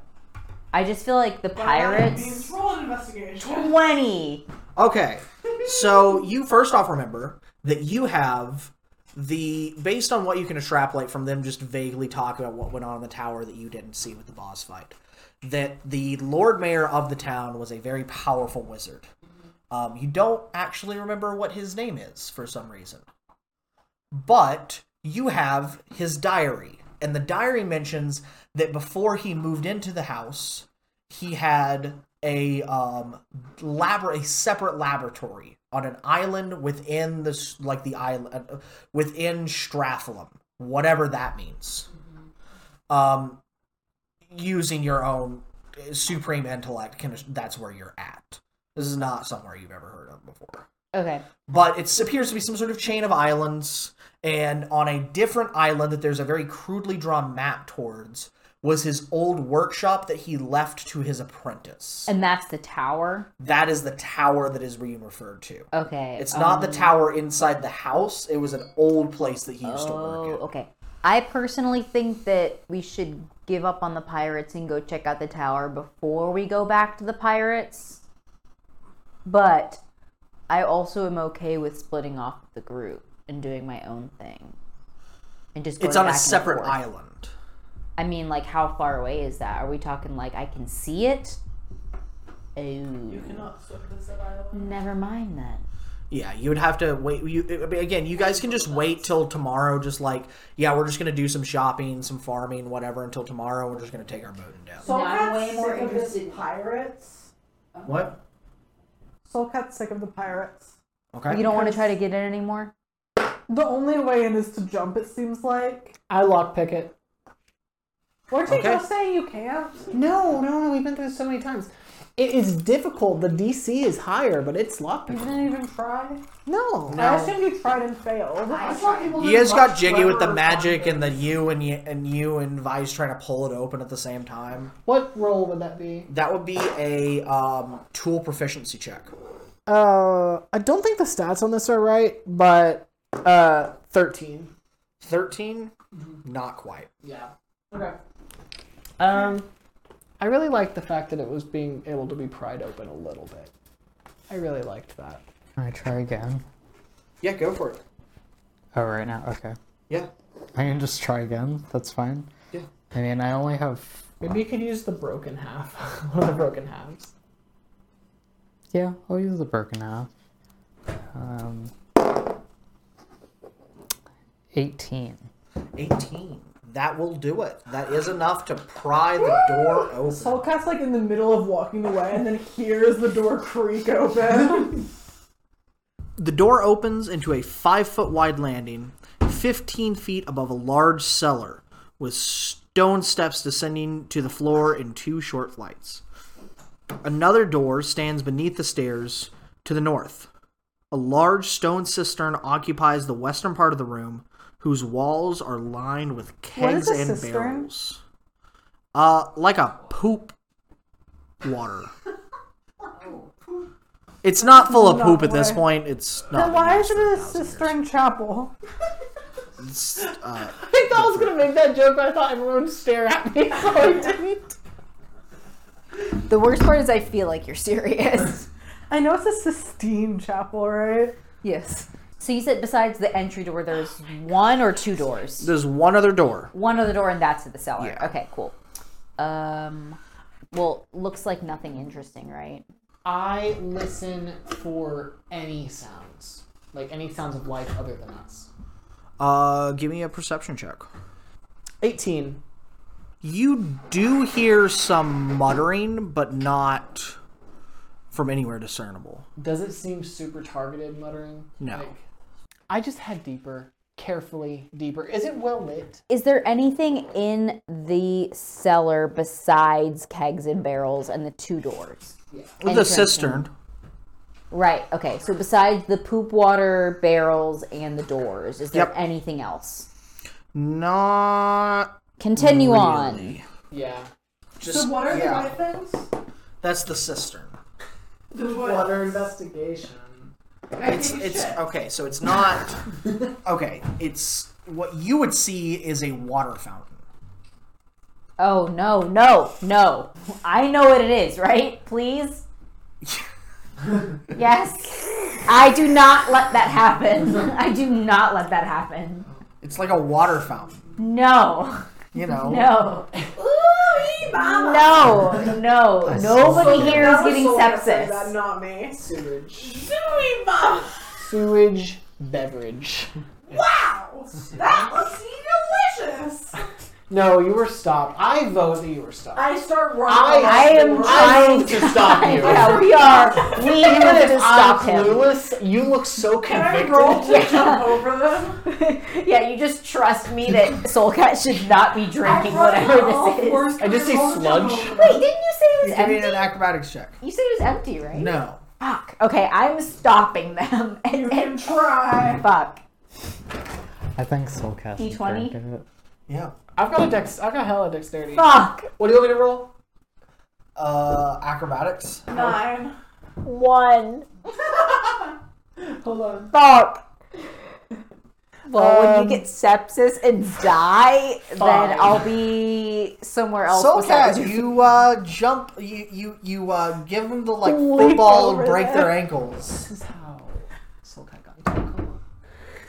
B: I just feel like the
F: Means
B: pirates.
F: roll an investigation.
B: Twenty.
A: Okay, so you first off remember that you have the based on what you can extrapolate from them just vaguely talking about what went on in the tower that you didn't see with the boss fight. That the Lord Mayor of the town was a very powerful wizard. Um, you don't actually remember what his name is for some reason. But you have his diary. And the diary mentions that before he moved into the house, he had a um lab a separate laboratory on an island within this like the island uh, within Strathalem, whatever that means. Um using your own uh, supreme intellect can that's where you're at. This is not somewhere you've ever heard of before
B: Okay.
A: but it appears to be some sort of chain of islands. And on a different island that there's a very crudely drawn map towards was his old workshop that he left to his apprentice.
B: And that's the tower.
A: that is the tower that is being referred to.
B: Okay. um,
A: It's not the tower inside the house. It was an old place that he used to
B: Oh,
A: work at.
B: okay. I personally think that we should give up on the pirates and go check out the tower before we go back to the pirates. But I also am okay with splitting off the group and doing my own thing. And just going
A: It's on
B: back
A: a
B: and
A: separate
B: forth.
A: island.
B: I mean, like, how far away is that? Are we talking like I can see it? Oh,
F: Cannot swim this island.
B: never mind then.
A: Yeah, you would have to wait. You I mean, again, you guys can just wait till tomorrow. Just like, yeah, we're just gonna do some shopping, some farming, whatever, until tomorrow. We're just gonna take our boat and down.
F: So
B: No, I'm
F: I'm
B: way
F: way
B: more
F: sick of this
B: interested.
F: pirates.
A: What?
E: Soulcat's sick of the pirates.
A: Okay.
B: You don't want to try to get in anymore?
E: The only way in is to jump, it seems like.
D: I lockpick it.
E: Weren't you
A: Okay.
E: just saying you can't?
D: No, no, no, we've been through this so many times. It is difficult. The DC is higher, but it's locked.
F: You didn't even try?
D: No.
F: I assume you tried and failed. I thought you
A: You guys got jiggy with the magic and the you and y- and you and Vice trying to pull it open at the same time.
D: What roll would that be?
A: That would be a um, tool proficiency check.
D: Uh, I don't think the stats on this are right, but uh, thirteen.
A: 13 not quite
D: Yeah. Okay. Um, I really liked the fact that it was being able to be pried open a little bit. I really liked that.
C: Can I try again?
A: yeah go for it
C: Oh, right now? Okay.
A: yeah
C: I can just try again. That's fine.
A: Yeah.
C: I mean, I only have.
D: Maybe you could use the broken half. One of the broken halves.
C: Yeah, I'll use the broken half. Um, 18.
A: 18 that will do it that is enough to pry the door open
F: Soulcat's like in the middle of walking away and then hears the door creak open.
A: The door opens into a five foot wide landing, 15 feet above a large cellar, with stone steps descending to the floor in two short flights. Another door stands beneath the stairs to the north. A large stone cistern occupies the western part of the room, whose walls are lined with kegs
E: a
A: and
E: cistern?
A: barrels. Uh, like a poop water. It's not full of poop at this point. It's not.
E: Then why
A: been
E: is
A: used for
E: it a
A: thousands of years.
E: cistern chapel?
A: It's, uh,
D: I thought I was gonna make that joke, but I thought everyone would stare at me, so I didn't.
B: The worst part is I feel like you're serious.
E: I know it's a Sistine chapel, right?
B: yes. So you said besides the entry door, there's one or two doors.
A: there's one other door.
B: One other door, and that's to the cellar.
A: Yeah.
B: Okay, cool. Um, well, looks like nothing interesting, right?
D: I listen for any sounds, like any sounds of life other than us.
A: Uh, give me a perception check.
D: 18.
A: You do hear some muttering, but not from anywhere discernible.
D: Does it seem super targeted muttering?
A: No.
D: I just had deeper, carefully deeper. Is it well lit?
B: Is there anything in the cellar besides kegs and barrels and the two doors?
A: the
B: Entrance
A: cistern.
B: Right. Okay. So besides the poop water barrels and the doors, is there
A: Yep.
B: anything else?
A: Not
B: Continue on.
A: really.
D: Yeah.
A: Just
F: what are
A: yeah.
F: the white things?
A: That's the cistern.
F: The
D: Water investigation.
A: It's it's okay. So it's not okay. It's what you would see is a water fountain.
B: Oh no, no, no! I know what it is, right? Please. yes. I do not let that happen. I do not let that happen.
A: It's like a water fountain.
B: No.
A: You know.
B: No.
F: Ooh, ee, mama.
B: No. No. Nobody here is
F: That was
B: getting
F: Soulcat said That,
B: sepsis.
F: not me.
D: Sewage.
F: Ooh, ee, mama.
D: Sewage beverage.
F: Wow! That must be delicious!
D: No, you were stopped. I vote that you were stopped.
F: I start running.
B: I am
D: I
B: trying
D: need to stop you.
B: Yeah, we are. We
D: Even
B: have
D: if
B: to
D: I'm
B: stop him.
D: clueless, you look so
F: Can I
D: convicted.
F: roll to jump over them?
B: Yeah, you just trust me that Soulcat should not be drinking
F: run
B: whatever
F: on all
B: this is.
F: fours,
D: I just say
F: can roll to jump
D: sludge.
F: over them?
B: Wait, didn't you say it was
A: Give me
B: empty?
A: an acrobatics check.
B: You said it was empty, right?
A: No.
B: Fuck. Okay, I'm stopping them.
F: You
B: And,
F: can
B: and
F: try.
B: fuck.
C: I think Soulcast.
B: D twenty?
C: It.
A: Yeah.
D: I've got a dex. I've got hella dexterity.
B: Fuck.
D: What do you want me to roll?
A: Uh, acrobatics.
F: Nine.
B: One.
D: Hold on.
B: Fuck. Um, Well, when you get sepsis and die,
D: Fine.
B: then I'll be somewhere else. besides
A: Soulcat,
B: you.
A: you uh, jump, you you you uh, give them the like football and
E: over
A: break
E: there.
A: their ankles.
D: This is how Soulcat got into a coma.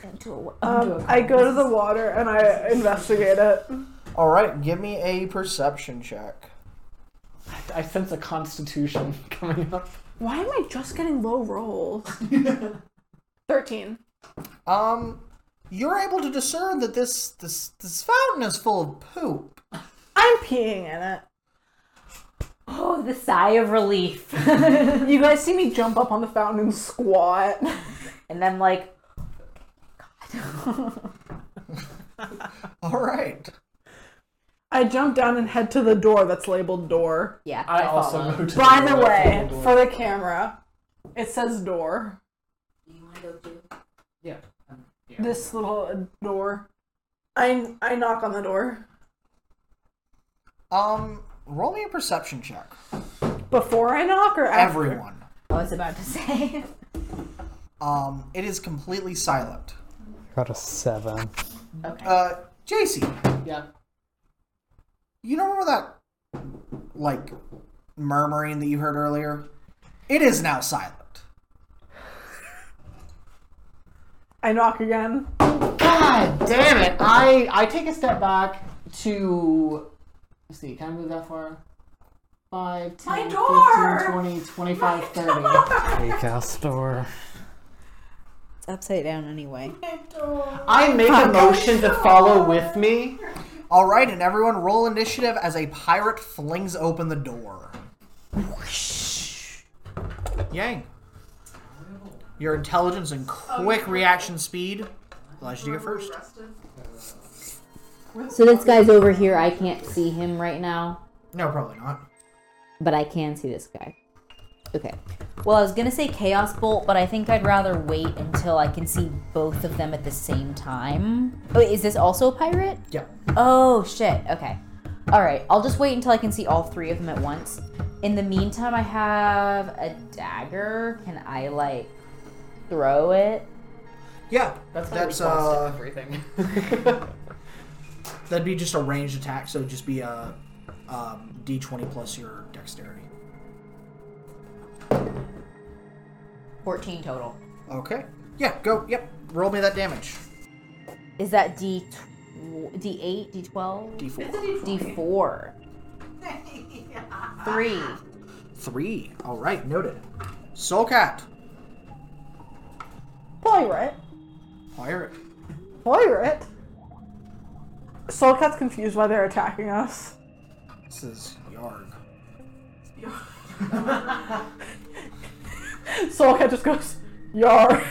B: Into a-
E: Um, I go to the water and I investigate it.
A: All right, give me a perception check.
D: I sense a constitution coming up.
E: Why am I just getting low rolls? 13.
A: Um, you're able to discern that this this this fountain is full of poop.
E: I'm peeing in it.
B: oh, the sigh of relief.
E: You guys see me jump up on the fountain and squat.
B: and then, like,
A: All right.
E: I jump down and head to the door that's labeled door.
B: Yeah.
D: I also
B: follow.
D: go to
E: By
D: door
E: the way,
D: door.
E: for the camera, it says door.
D: yeah. Yeah.
E: This little door. I I knock on the door
A: Um, roll me a perception check.
E: before I knock or after.
A: Everyone.
B: I was about to say.
A: Um, it is completely silent.
C: Got a seven.
A: Uh, JC,
D: yeah.
A: you know remember that, like, murmuring that you heard earlier? It is now silent.
E: I knock again.
D: God damn it! I I take a step back to. Let's see. Can I move that far? 5, 10,
F: My door!
D: 15, 20, 25, 30.
C: Take our store.
B: It's upside down anyway.
D: I make a motion to follow with me.
A: All right, and everyone roll initiative as a pirate flings open the door. Yang, your intelligence and quick reaction speed allows you to go first.
B: So this guy's over here. I can't see him right now,
A: No, probably not.
B: but I can see this guy. Okay. Well, I was gonna say chaos bolt, but I think I'd rather wait until I can see both of them at the same time. Oh, wait, is this also a pirate?
A: Yeah.
B: Oh shit. Okay. All right. I'll just wait until I can see all three of them at once. In the meantime, I have a dagger. Can I like throw it?
A: Yeah, that's that's uh,
D: everything.
A: that'd be just a ranged attack, so it'd just be a um, d20 plus your dexterity.
B: 14 total.
A: Okay. Yeah. Go. Yep. Roll me that damage.
B: Is that D tw- D8, D12,
A: D4.
B: D4? Three.
A: Three. All right. Noted. Soul cat.
E: Pirate.
A: Pirate.
E: Pirate. Soulcat's confused why they're attacking us.
A: This is Yarg.
E: Soulcat just goes, Yar.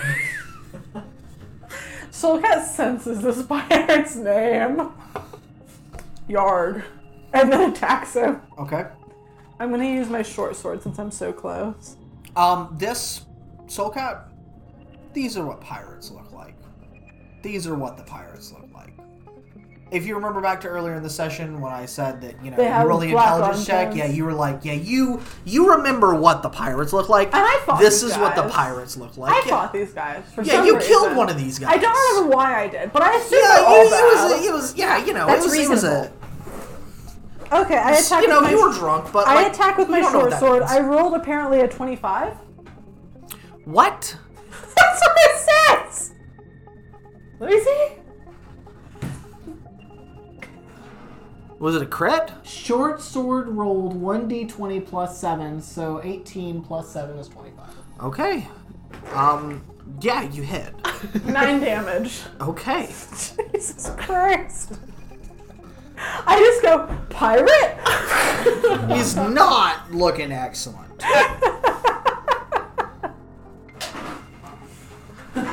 E: Soulcat senses this pirate's name. Yarg. And then attacks him.
A: Okay.
E: I'm gonna use my short sword since I'm so close.
A: Um, this soul cat. These are what pirates look like. These are what the pirates look like. If you remember back to earlier in the session when I said that you know
E: They
A: you
E: have
A: roll the
E: black
A: intelligence check,
E: armbands.
A: yeah, you were like, yeah, you you remember what the pirates look like.
E: And I fought
A: this
E: these
A: is what the
E: guys.
A: pirates look like.
E: I
A: yeah,
E: fought these guys for
A: yeah
E: some
A: you killed
E: reason.
A: one of these guys.
E: I don't remember why I did, but I assume
A: Yeah,
E: they're
A: you,
E: all
A: it was
E: bad.
A: it was yeah, you know,
B: That's
A: it was
B: reasonable.
E: was, okay, I
A: it was a,
E: attack.
A: you know,
E: with my,
A: you were drunk, but
E: I
A: like,
E: attack with
A: you
E: my
A: don't know
E: short
A: what
E: sword.
A: that
E: I
A: means.
E: rolled apparently a 25.
A: what?
E: That's what it says. Let me see.
A: Was it a crit?
D: Short sword rolled 1d20 plus 7, so 18 plus 7 is 25.
A: Okay. Um. Yeah, you hit.
E: Nine damage.
A: Okay.
E: Jesus Christ. I just go, pirate?
A: He's not looking excellent.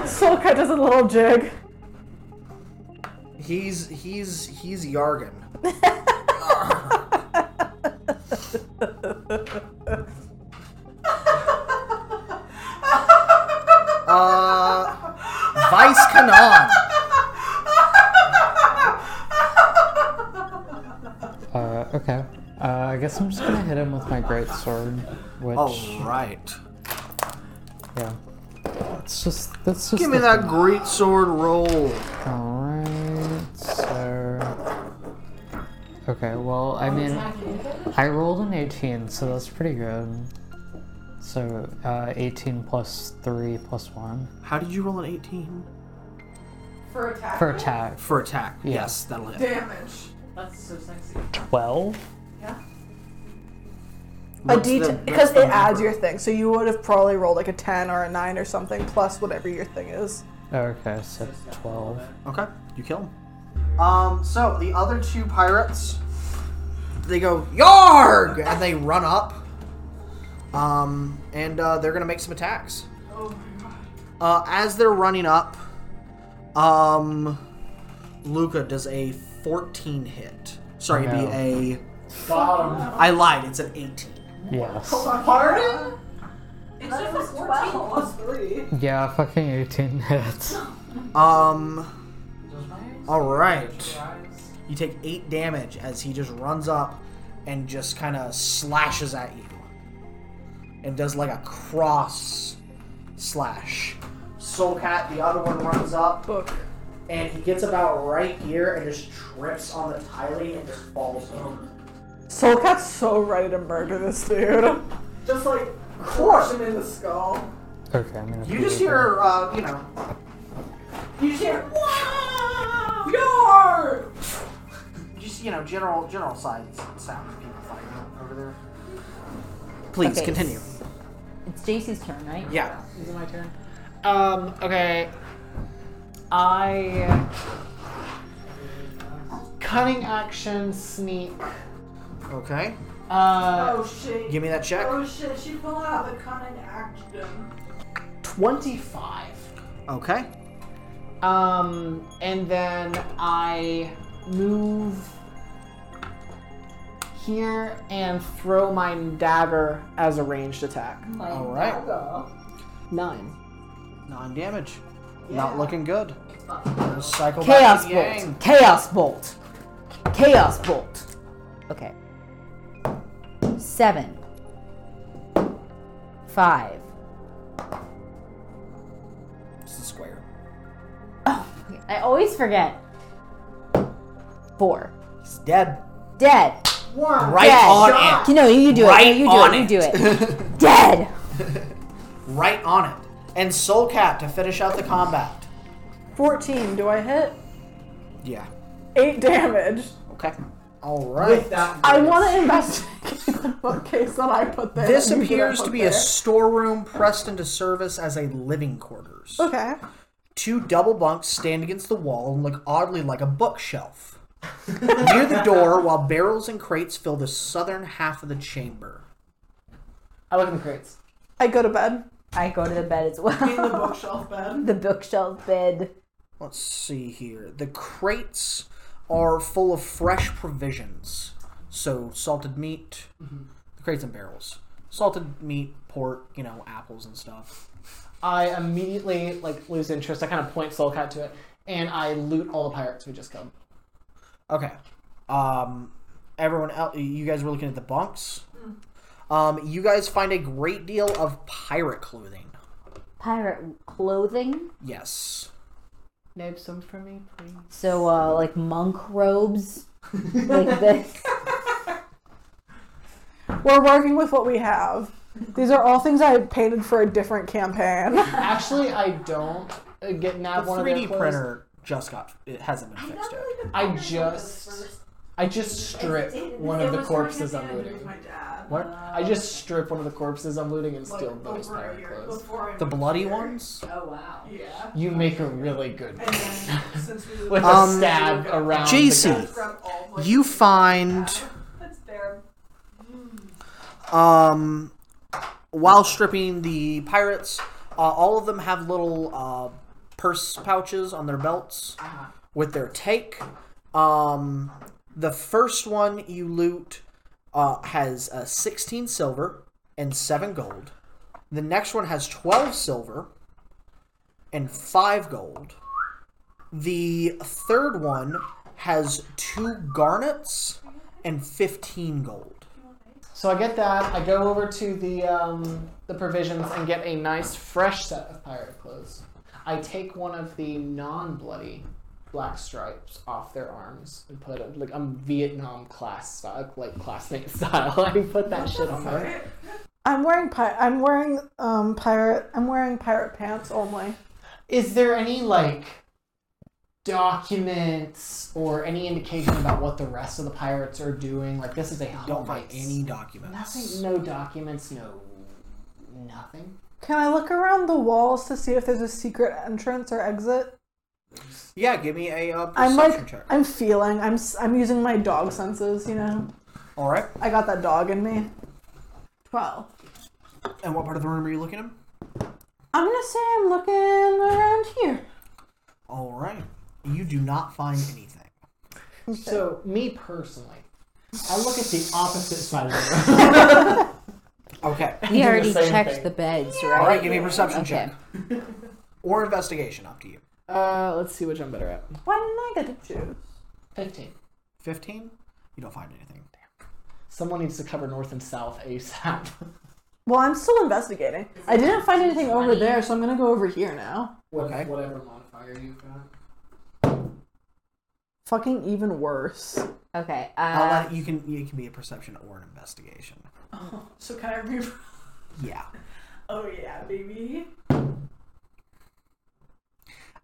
E: Soulcut does a little jig.
A: He's he's he's Uh, Yargan. uh, Vice Kanan.
C: Uh, okay. Uh, I guess I'm just gonna hit him with my great sword, which
A: All right.
C: yeah. It's just that's just
A: Give me
C: the
A: that great sword roll.
C: Alright, so. Okay, well, I mean, I rolled an 18, so that's pretty good. So, uh, 18 plus 3 plus 1
A: How did you roll an 18
F: For attack.
C: for attack.
A: for attack?
C: Yeah.
A: Yes, that'll hit.
F: damage.
D: That's so sexy.
C: 12?
E: A
A: What's
E: D
A: the-
E: because
A: what's the
E: it adds
A: number?
E: your thing, so you would have probably rolled like a ten or a nine or something plus whatever your thing is.
C: Okay, so 12.
A: Okay, you kill him. Um, so the other two pirates, they go yarg and they run up. Um, and uh, they're gonna make some attacks. Uh, as they're running up, um, Luca does a 14 hit. Sorry, it'd
C: No.
A: be a.
D: Bottom.
A: I lied. It's an 18.
C: Yes.
F: Pardon?
G: It's just
F: was
G: a 14 plus
F: 3.
C: Yeah, fucking 18 hits.
A: Um. All right. You take eight damage as he just runs up and just kind of slashes at you, and does like a cross slash. Soulcat, the other one runs up,
E: Book.
A: and he gets about right here and just trips on the tiling and just falls over.
E: Soulcat's so ready to murder this dude.
A: Just like crush
F: in the skull.
C: Okay, I'm gonna.
A: You
C: put
A: just
C: it there.
A: hear, uh, you know,
F: You just hear, "Wow, Yar!
A: just you know, general general size sound of people fighting over there. Please
B: Okay.
A: continue.
B: It's JC's turn, right?
A: Yeah.
D: Is it my turn? Um, okay. I. Cunning action, sneak.
A: Okay.
D: Uh,
F: Oh shit.
A: Give me that check.
F: Oh shit, she pulled out the cunning action.
D: 25.
A: Okay.
D: Um, and then I move here and throw my dagger as a ranged attack.
A: All right.
D: Nine.
A: Nine damage. Not looking good. Cycle back to
B: Chaos Bolt.
A: Yang.
B: Chaos Bolt. Chaos Bolt. Okay. Seven. Five.
A: It's a square.
B: I always forget. Four.
A: He's dead.
B: Dead.
A: Right
B: Dead.
A: on it.
B: You know, you do it.
A: Right
B: you do
A: on
B: it. You do it.
A: it.
B: Dead.
A: right on it. And Soul Cat to finish out the combat.
E: 14. Do I hit?
A: Yeah.
E: 8 damage.
A: Okay. All right.
E: I want to investigate the bookcase that I put there.
A: This
E: that you didn't
A: appears
E: put
A: to be
E: there.
A: a storeroom pressed into service as a living quarters.
E: Okay.
A: Two double bunks stand against the wall and look oddly like a bookshelf. Near the door, while barrels and crates fill the southern half of the chamber.
D: I look in the crates.
E: I go to bed.
B: I go to the bed as well.
F: In the bookshelf bed.
B: the bookshelf bed.
A: Let's see here. The crates are full of fresh provisions. So, salted meat,
E: Mm-hmm.
A: the crates and barrels. Salted meat, pork, you know, apples and stuff.
D: I immediately like lose interest. I kind of point Soulcat to it, and I loot all the pirates we just killed.
A: Okay. Um, everyone else, you guys were looking at the bunks. Um, you guys find a great deal of pirate clothing.
B: Pirate clothing.
A: Yes.
D: Nab some for me, please.
B: So, uh, like monk robes. like this.
E: We're working with what we have. These are all things I painted for a different campaign.
D: Actually, I don't uh, get
A: The
D: nab one of their
A: 3D
D: clothes.
A: printer just got, it hasn't been fixed yet.
D: I just, I just strip one of the corpses I'm looting. What? I just strip one of the corpses I'm looting and steal those pirate clothes.
A: The bloody ones?
G: Oh wow.
F: Yeah.
D: You make a really good
F: And then, since we
D: with a
A: Um,
D: stab around. the
A: JC,
D: guy.
F: from all like,
A: you find.
F: that's their
A: Um, while stripping the pirates, uh, all of them have little uh, purse pouches on their belts with their take. Um, the first one you loot uh, has uh, 16 silver and 7 gold. The next one has 12 silver and 5 gold. The third one has 2 garnets and 15 gold.
D: So I get that. I go over to the um, the provisions and get a nice fresh set of pirate clothes. I take one of the non-bloody black stripes off their arms and put it like a Vietnam class style, like classmate style. I put that shit on there.
E: I'm wearing pi- I'm wearing um pirate I'm wearing pirate pants only.
D: Is there any like documents or any indication about what the rest of the pirates are doing? Like this is a
A: Don't
D: home
A: find
D: base.
A: any documents.
D: nothing, no documents, no nothing.
E: Can I look around the walls to see if there's a secret entrance or exit?
A: Yeah, give me a uh,
E: I'm
A: perception
E: like
A: check.
E: I'm feeling. I'm s- I'm using my dog senses, you know.
A: All right.
E: I got that dog in me. 12.
A: And what part of the room are you looking at?
E: I'm going to say I'm looking around here.
A: All right. You do not find anything.
D: So, me personally, I look at the opposite side of the room.
A: Okay.
B: We already
D: same
B: checked
D: thing.
B: the beds,
A: All
B: right?
A: right, give me a perception
B: Okay.
A: check. Or investigation, up to you.
D: Uh, let's see which I'm better at.
F: Why didn't I get to choose?
D: 15.
A: 15? You don't find anything.
D: Someone needs to cover north and south ASAP.
F: Well, I'm still investigating. I didn't find anything over there, so I'm gonna go over here now.
A: Okay.
D: Whatever modifier you've got.
F: Fucking even worse.
B: Okay.
A: I'll
B: Uh,
A: let, you can you can be a perception or an investigation.
E: So can I re?
A: Yeah.
E: Oh yeah, baby.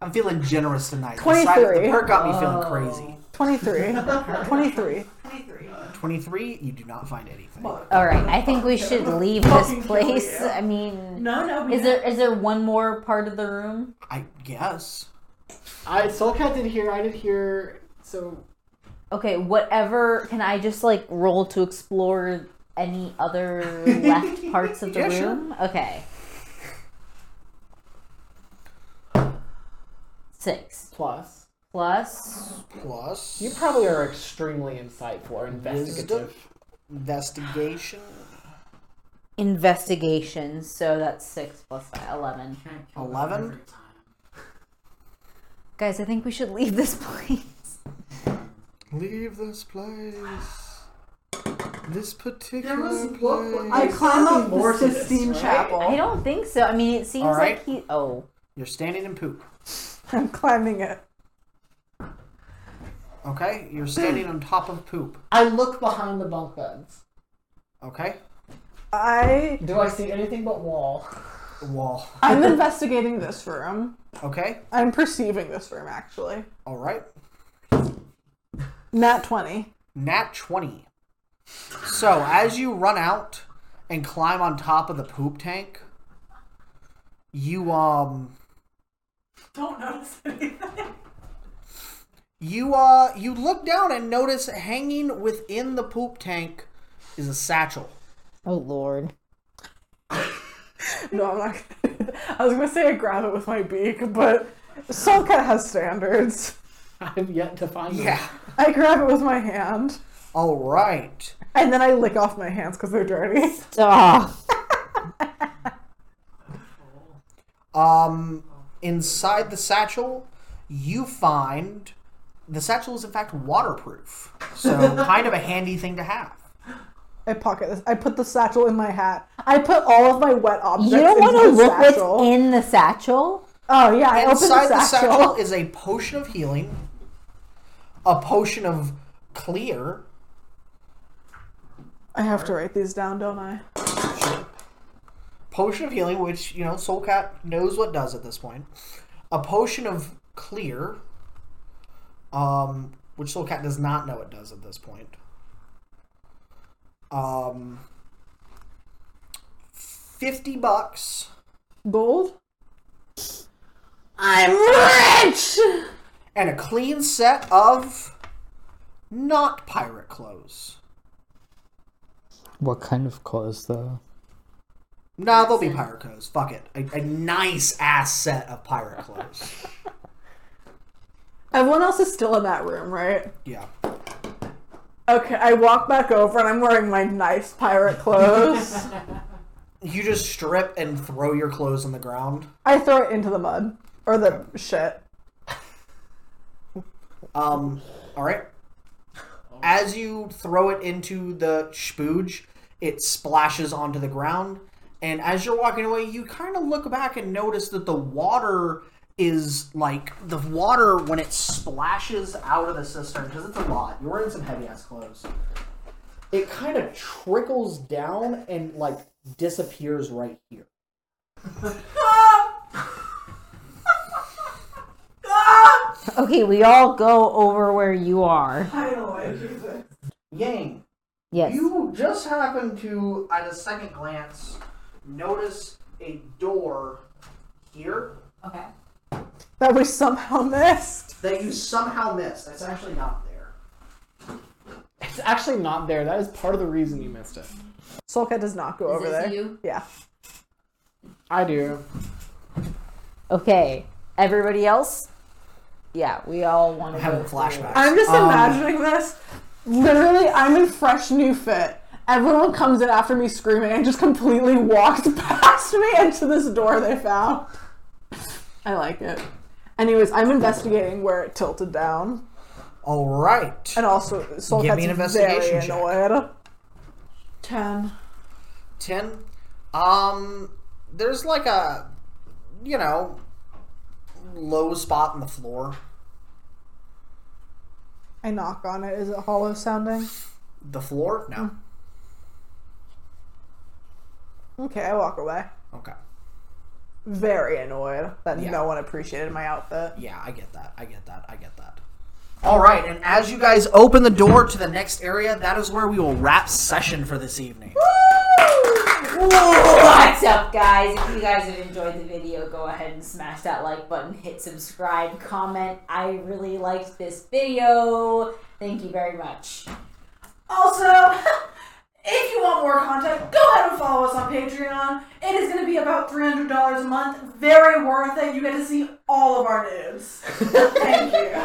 A: I'm feeling generous tonight. The side- The
F: 23.
A: perk got me
B: Oh.
A: feeling crazy.
F: 23. 23.
E: 23.
A: 23, you do not find anything.
B: all right. I think we should leave this
E: kill
B: place.
E: you.
B: I mean,
E: No, no. We
B: is there is there one more part of the room?
A: I guess.
D: I Soulcat did here. I did here. So
B: Okay. Whatever. Can I just like roll to explore any other left parts of the
A: Yeah, sure.
B: room? Okay. Six
D: plus,
B: plus.
A: Plus.
D: you probably are extremely insightful or investigative.
A: Investigation.
B: investigation, so that's six plus five, 11.
A: 11.
B: Guys, I think we should leave this place.
A: Leave this place. This particular
F: I climb up
D: more
F: the
D: to this,
F: Sistine
D: right?
B: I
F: Chapel.
B: don't think so. I mean, it seems
A: All right.
B: like he. Oh,
A: You're standing in poop.
F: I'm climbing it.
A: Okay? You're standing on top of poop.
D: I look behind the bunk beds.
A: Okay?
F: I
D: Do I see anything but wall?
A: Wall.
F: I'm investigating this room.
A: Okay?
F: I'm perceiving this room actually.
A: Alright.
F: Nat 20.
A: Nat 20. So, as you run out and climb on top of the poop tank, you, um.
E: Don't notice anything.
A: You, uh. You look down and notice hanging within the poop tank is a satchel.
B: oh Lord.
F: No, I'm not. Gonna... I was gonna say I grab it with my beak, but Soulcat has standards.
D: I've yet to find. them.
A: Yeah.
F: I grab it with my hand,
A: Alright.
F: and then I lick off my hands because they're dirty.
B: Oh,
A: Um, inside the satchel, you find the satchel is in fact waterproof, so kind of a handy thing to have.
F: I pocket this. I put the satchel in my hat. I put all of my wet objects.
B: you don't want to
F: into the
B: look
F: satchel.
B: what's in the satchel.
F: Oh yeah, I opened
A: Inside
F: the satchel.
A: is a potion of healing, a potion of clear.
F: I have to write these down, don't I?
A: Potion of healing, which you know Soulcat knows what does at this point. A potion of clear, um, which Soulcat does not know it does at this point. Um, fifty bucks
F: Gold.
A: and a clean set of not pirate clothes.
C: What kind of clothes, though?
A: Nah, they'll be pirate clothes. Fuck it, a, a nice ass set of pirate clothes.
F: Everyone else is still in that room, right?
A: Yeah.
F: Okay, I walk back over and I'm wearing my nice pirate clothes.
A: You just strip and throw your clothes on the ground.
F: I throw it into the mud or the shit.
A: Um, all right. As you throw it into the spooge, it splashes onto the ground. And as you're walking away, you kind of look back and notice that the water is like the water when it splashes out of the cistern because it's a lot. You're wearing some heavy ass clothes. It kind of trickles down and like disappears right here.
B: Okay, we all go over where you are.
A: Yang,
B: Yes.
A: You just happen to, at a second glance, notice a door here
H: Okay.
F: That we somehow missed.
A: that you somehow missed. That's actually not there.
D: It's actually not there. That is part of the reason you missed it.
F: Soulcat does not go over
H: this
F: there.
H: you?
F: Yeah.
D: I do.
B: Okay. Everybody else, yeah, we all want to
A: having
B: go
A: flashbacks.
E: I'm just imagining this. Literally, I'm in fresh new fit. Everyone comes in after me screaming and just completely walks past me into this door they found. I like it. Anyways, I'm investigating where it tilted down.
A: All right.
E: And also, Soul
A: Give
E: Cat's
A: me an
E: very
A: investigation check.
E: annoyed. Ten.
A: Ten. Um, there's like a, you know, low spot in the floor.
E: I knock on it. Is it hollow sounding?
A: The floor? No.
E: Okay, I walk away.
A: Okay.
E: Very annoyed that
A: Yeah.
E: no one appreciated my outfit.
A: Yeah, I get that. I get that. I get that. All right, and as you guys open the door to the next area, that is where we will wrap session for this evening.
B: What's up, guys? If you guys have enjoyed the video, go ahead and smash that like button, hit subscribe, comment. I really liked this video. Thank you very much.
F: Also, if you want more content, go ahead and follow us on Patreon. It is going to be about $300 a month. Very worth it. You get to see all of our nudes. Thank you.